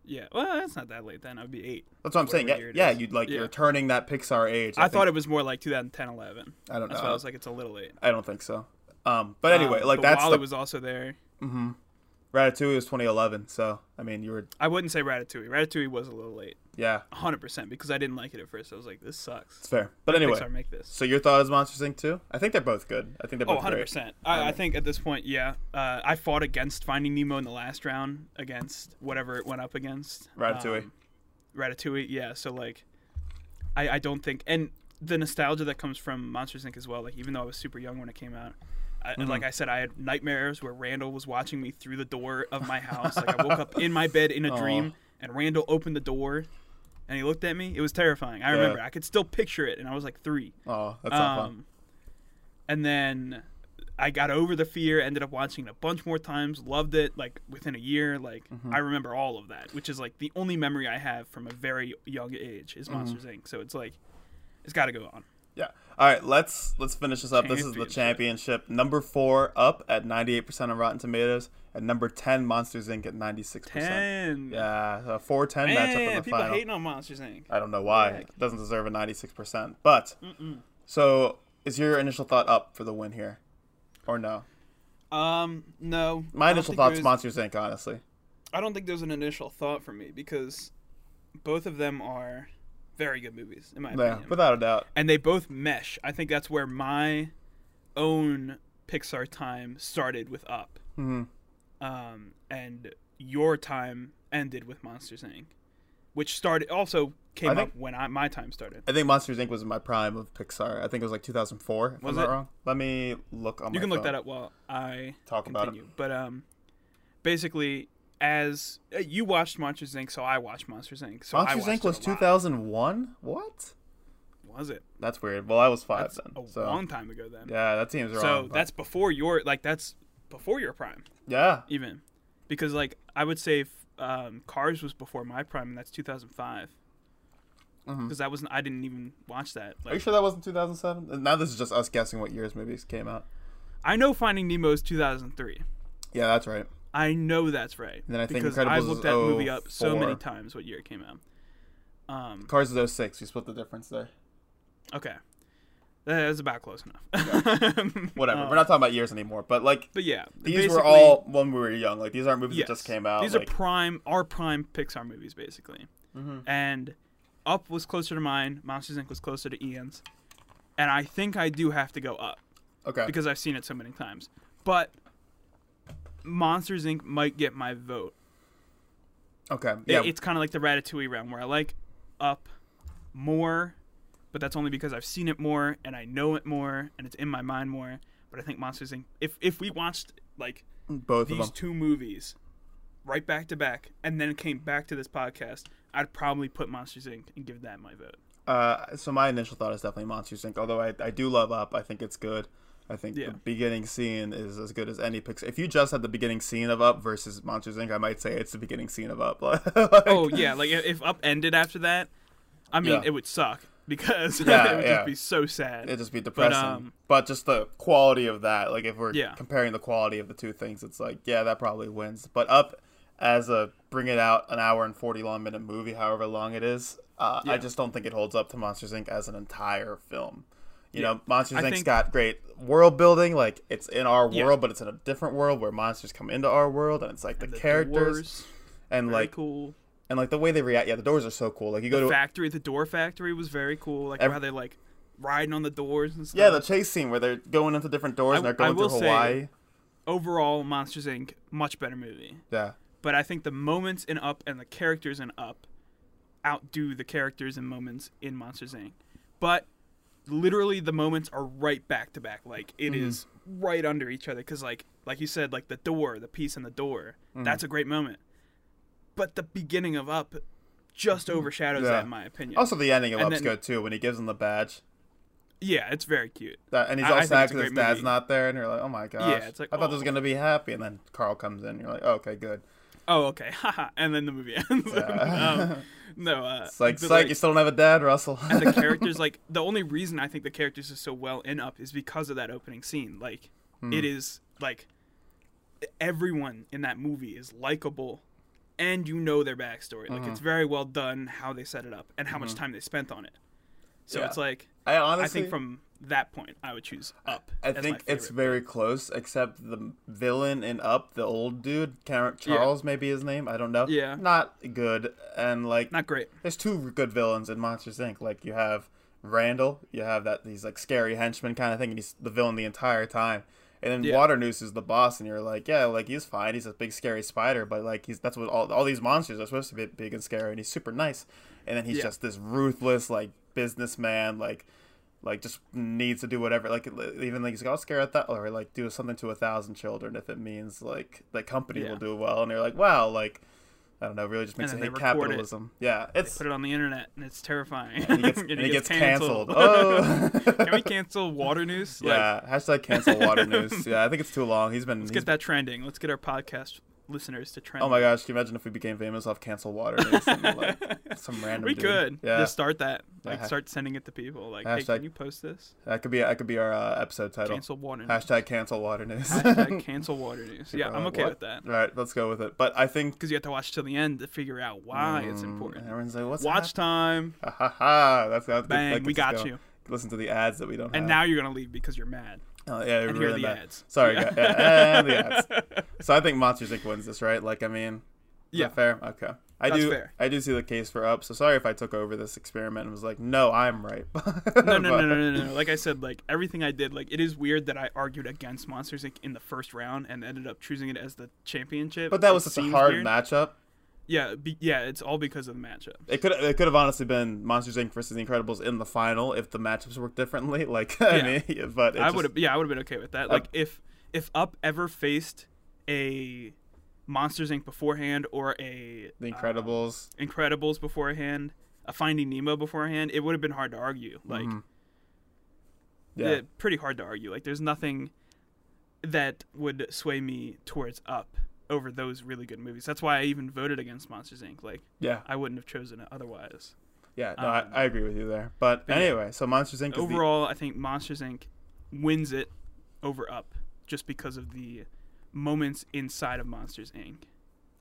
yeah. Well, that's not that late then. I'd be eight.
That's what I'm saying. Yeah,
Whatever year it
yeah,
is.
you'd like
Yeah.
you're turning that Pixar age.
I, thought it was more like 2010, 11.
I don't know.
That's why I was like, it's a little late.
I don't think so. Um, Uh, but anyway,
Um,
like
but
that's
Wally
the
was also there.
mhm. Ratatouille was 2011, so I mean you were
I wouldn't say Ratatouille. Ratatouille was a little late,
yeah,
100 percent, because I didn't like it at first. I was like, this sucks.
it's fair. But anyway,
Pixar make this.
so your thought is Monsters Inc. too? I think they're both good. I think they're
Oh,
both
100
great.
percent. I, I think at this point, yeah. Uh, I fought against Finding Nemo in the last round against whatever it went up against.
Ratatouille.
Um, Ratatouille, yeah. So like, I I don't think and the nostalgia that comes from Monsters Inc. as well. Like even though I was super young when it came out. I, and Like I said, I had nightmares where Randall was watching me through the door of my house. Like I woke up in my bed in a dream, and Randall opened the door, and he looked at me. It was terrifying. I remember. I could still picture it, and I was like three.
oh, that's not fun.
Um, and then I got over the fear, ended up watching it a bunch more times, loved it like within a year. Like
Mm-hmm.
I remember all of that, which is like the only memory I have from a very young age
Mm-hmm.
is Monsters Inc. So it's like it's got to go on.
Yeah. All right, let's let's finish this up. This is the championship. Number four up at ninety eight percent on Rotten Tomatoes, and number ten Monsters Inc. at ninety six percent.
Ten.
Yeah, a four ten matchup in
Man,
the
people
final.
hating on Monsters Inc.
I don't know why.
Heck.
It doesn't deserve a ninety six percent. But so is your initial thought up for the win here, or no?
Um, no. I
My
don't
initial
think there
thoughts
is-
Monsters Inc. Honestly,
I don't think there's an initial thought for me because both of them are very good movies in my
yeah,
opinion.
without a doubt.
and they both mesh. I think that's where my own Pixar time started with Up,
Mhm.
um, and your time ended with Monsters Inc., which started also came
I think-
up when I, my time started.
I think Monsters Inc. was in my prime of Pixar. I think it was like two thousand four. If
Was
I'm not
it?
wrong. Let me look on.
You
my
can look
phone.
that up while I
Talk about it.
continue. But um, basically, as uh, you watched Monsters Inc., so I watched Monsters Inc. So I
Monsters
watched
Inc.
it
was
a
two
lot.
thousand one. What?
Was it
That's weird. Well, I was five then.
a
so
long time ago then?
yeah, that seems wrong.
so
but-
that's before your like that's before your prime.
yeah.
even because like i would say f- um, cars was before my prime and that's 2005 because that wasn't i didn't even watch that
Mm-hmm. Are you
like,
sure that wasn't 2007? Now this is just us guessing what years movies came out.
i know finding nemo is 2003
Yeah, that's right.
i know that's right
then I think
because
Incredibles
i've
is
looked that movie up so
04.
many times what year it came out um
Cars is 06. You split the difference there.
okay that was about close enough *laughs*
Whatever.
Um,
We're not talking about years anymore, but like
but yeah
these were
basically-
all when we were young. Like these aren't movies
yes.
that just came out.
these
like- Mm-hmm.
are prime our prime pixar movies basically and up was closer to mine monsters inc was closer to ian's and i think i do have to go up
okay.
because I've seen it so many times. But Monsters Inc. might get my vote.
okay.
It-
Yeah.
It's kind of like the Ratatouille round where I like Up more, but that's only because I've seen it more and I know it more and it's in my mind more. But I think Monsters Inc. If if we watched like
both of
these
them.
two movies right back to back and then came back to this podcast, I'd probably put Monsters Inc. and give that my vote.
Uh, so my initial thought is definitely Monsters Inc. Although I, I do love Up, I think it's good. I think
Yeah.
the beginning scene is as good as any Pixar. If you just had the beginning scene of Up versus Monsters Inc., I might say it's the beginning scene of Up. *laughs* Like-
Oh yeah, like if if Up ended after that, I mean
Yeah.
it would suck because *laughs*
Yeah,
it would
yeah.
just be so sad.
it'd just be depressing. But,
um,
just the quality of that, like if we're
Yeah.
comparing the quality of the two things, it's like yeah, that probably wins. But up as a bring it out an hour and forty long minute movie, however long it is, uh, I
Yeah.
just don't think it holds up to Monsters Inc. as an entire film. You
Yeah.
know, Monsters
I
Inc.'s
think-
got great world building. Like it's in our
Yeah.
world, but it's in a different world where monsters come into our world, and it's like the, characters
doors,
and
very
like
cool.
and like the way they react. Yeah, the doors are so cool. Like you go
The
to
factory, the door factory was very cool. Like
Every-
how they like riding on the doors and stuff.
yeah, the chase scene where they're going into different doors and
I-
they're going
I will
through
say-
Hawaii.
overall Monsters Inc. much better movie.
yeah.
But I think the moments in Up and the characters in Up outdo the characters and moments in Monsters Inc. But literally the moments are right back to back. Like it
Mm-hmm.
is right under each other because like like you said, like the door, the piece in the door,
Mm.
that's a great moment. But the beginning of Up just overshadows
Mm-hmm. Yeah.
that in my opinion.
Also, the ending of
And
Up's
then-
good too when he gives him the badge,
yeah, it's very cute.
that, and he's
I- I
all
think
sad
it's a
because his
great
dad's
movie.
not there, and you're like, oh my gosh,
it's like,
I thought this
aw.
was gonna be happy, and then Carl comes in, and you're like, oh, okay, good.
Oh, okay. *laughs* Haha. and then the movie ends.
Yeah.
*laughs* um, no, uh,
It's like,
but,
psych, you still don't have a dad, Russell. *laughs*
and the characters like the only reason I think the characters are so well in up is because of that opening scene. Like
Hmm.
it is like everyone in that movie is likable and you know their backstory. Like
Uh-huh.
it's very well done how they set it up and how much time they spent on it. So
Yeah.
it's like
I
I
honestly
think from that point I would choose up.
I
as my
think it's
favorite.
very close, except the villain in Up, the old dude, Car- Charles, maybe his name, I don't know.
Yeah.
Not good. And, like,
not great.
there's two good villains in Monsters, Inc. Like, you have Randall, you have that, he's like scary henchman kind of thing, and he's the villain the entire time. And then
Yeah.
Water Noose is the boss, and you're like, yeah, like, he's fine. He's a big, scary spider, but, like, he's that's what all, all these monsters are supposed to be big and scary, and he's super nice. And then he's
Yeah.
just this ruthless, like, businessman, like, like just needs to do whatever like li- even like he's got scared at that or like do something to a thousand children if it means like the company
Yeah.
will do well and they're like wow like i don't know really just makes
And
me
then
hate
they record it.
capitalism yeah it's
Put it on the internet and it's terrifying.
and he
*laughs*
gets, *laughs* and he gets canceled, oh
Can we cancel
*laughs*
water news? Like,
yeah hashtag cancel
*laughs*
water news yeah i think it's too long he's been
Let's
he's-
get that trending. Let's get our podcast listeners to trend.
oh my gosh can you imagine if we became famous off cancel water news and,
*laughs*
like, some random
We
dude.
could
yeah
just start that. Like
Yeah.
start sending it to people. Like, hey,
Hashtag-
can you post this?
that could be that could be our uh, episode title
Cancel water news.
hashtag cancel water news *laughs*
Hashtag *laughs* cancel water news. Yeah,
People are
I'm
like,
okay
"What?"
with that
all right let's go with it but i think
because you have to watch till the end to figure out why it's
Mm,
important.
and Everyone's like, "What's
Watch time.
hap- Ha ha ha! That's how.
Bang, we got you.
Listen to the ads that we don't
And now
have.
you're gonna leave because you're mad.
oh, yeah,
and
really
here are the
bad.
ads.
Sorry,
Yeah.
guys. Yeah, and the
*laughs*
ads. So I think Monsters Inc. wins this, right? Like, I mean, is
Yeah.
that fair. Okay, I
That's
do.
fair.
I do see the case for up. So sorry if I took over this experiment and was like, "No, I'm right." *laughs*
No, no, no, no, no, no. Like I said, like everything I did, like it is weird that I argued against Monsters Inc. in the first round and ended up choosing it as the championship.
But that
It
was such a
seems
hard
weird.
matchup.
Yeah, be, yeah, it's all because of the matchup.
It could it could have honestly been Monsters Inc. versus The Incredibles in the final if the matchups worked differently. *laughs* Like, I
Yeah.
mean, *laughs* yeah, but it
I
just-
would have, yeah, I would have been okay with that. Like if if Up ever faced a Monsters Inc. beforehand or a
The
uh,
Incredibles.
Incredibles beforehand, a Finding Nemo beforehand, it would have been hard to argue. Like
Mm-hmm. yeah.
eh, pretty hard to argue. Like there's nothing that would sway me towards Up over those really good movies. That's why I even voted against Monsters Inc. Like
yeah.
I wouldn't have chosen it otherwise.
Yeah, no,
Um,
I, I agree with you there. But
yeah.
anyway, so Monsters Inc. is the,
overall, I think Monsters Inc. wins it over Up just because of the moments inside of Monsters Inc.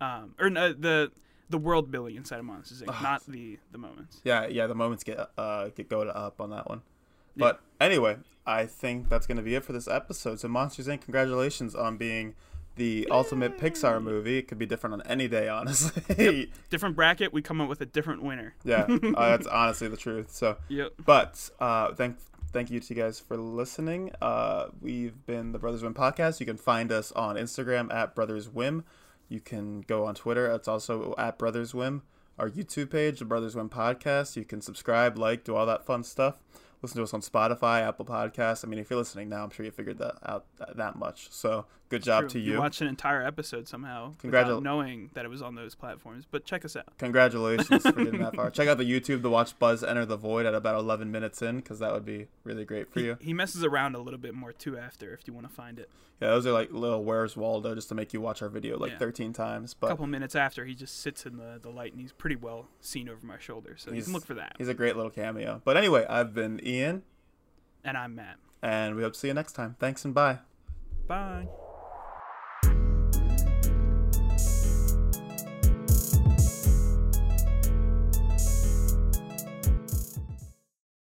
Um, or no, the the world building inside of Monsters Inc. Not the the moments.
yeah, yeah, the moments get uh get go to up on that one.
Yeah.
But anyway, I think that's gonna be it for this episode. So Monsters Inc. Congratulations on being the ultimate Pixar movie. It could be different on any day, *laughs* honestly.
Different bracket, we come up with a different winner.
yeah, uh, that's honestly the truth. So,
Yep.
but uh, thank thank you to you guys for listening. Uh, we've been the Brothers Wim podcast. You can find us on Instagram at Brothers Wim. You can go on Twitter. It's also at Brothers Wim. Our YouTube page, the Brothers Wim podcast. You can subscribe, like, do all that fun stuff. Listen to us on Spotify, Apple Podcasts. I mean, if you're listening now, I'm sure you figured that out that, that much. So good job to
True.
you.
watched an entire episode somehow
Congratu-
without knowing that it was on those platforms. But check us out.
Congratulations for getting that far. Check out the YouTube to watch Buzz enter the void at about 11 minutes in, because that would be really great for you.
He messes around a little bit more too after if you want to find it.
Yeah, those are like little Where's Waldo just to make you watch our video like
Yeah.
13 times.
A
But
couple minutes after, he just sits in the, the light and he's pretty well seen over my shoulder. So you
He's-
can look for that.
he's a great little cameo. But anyway, I've been Ian,
And I'm Matt.
and we hope to see you next time. Thanks and bye.
Bye.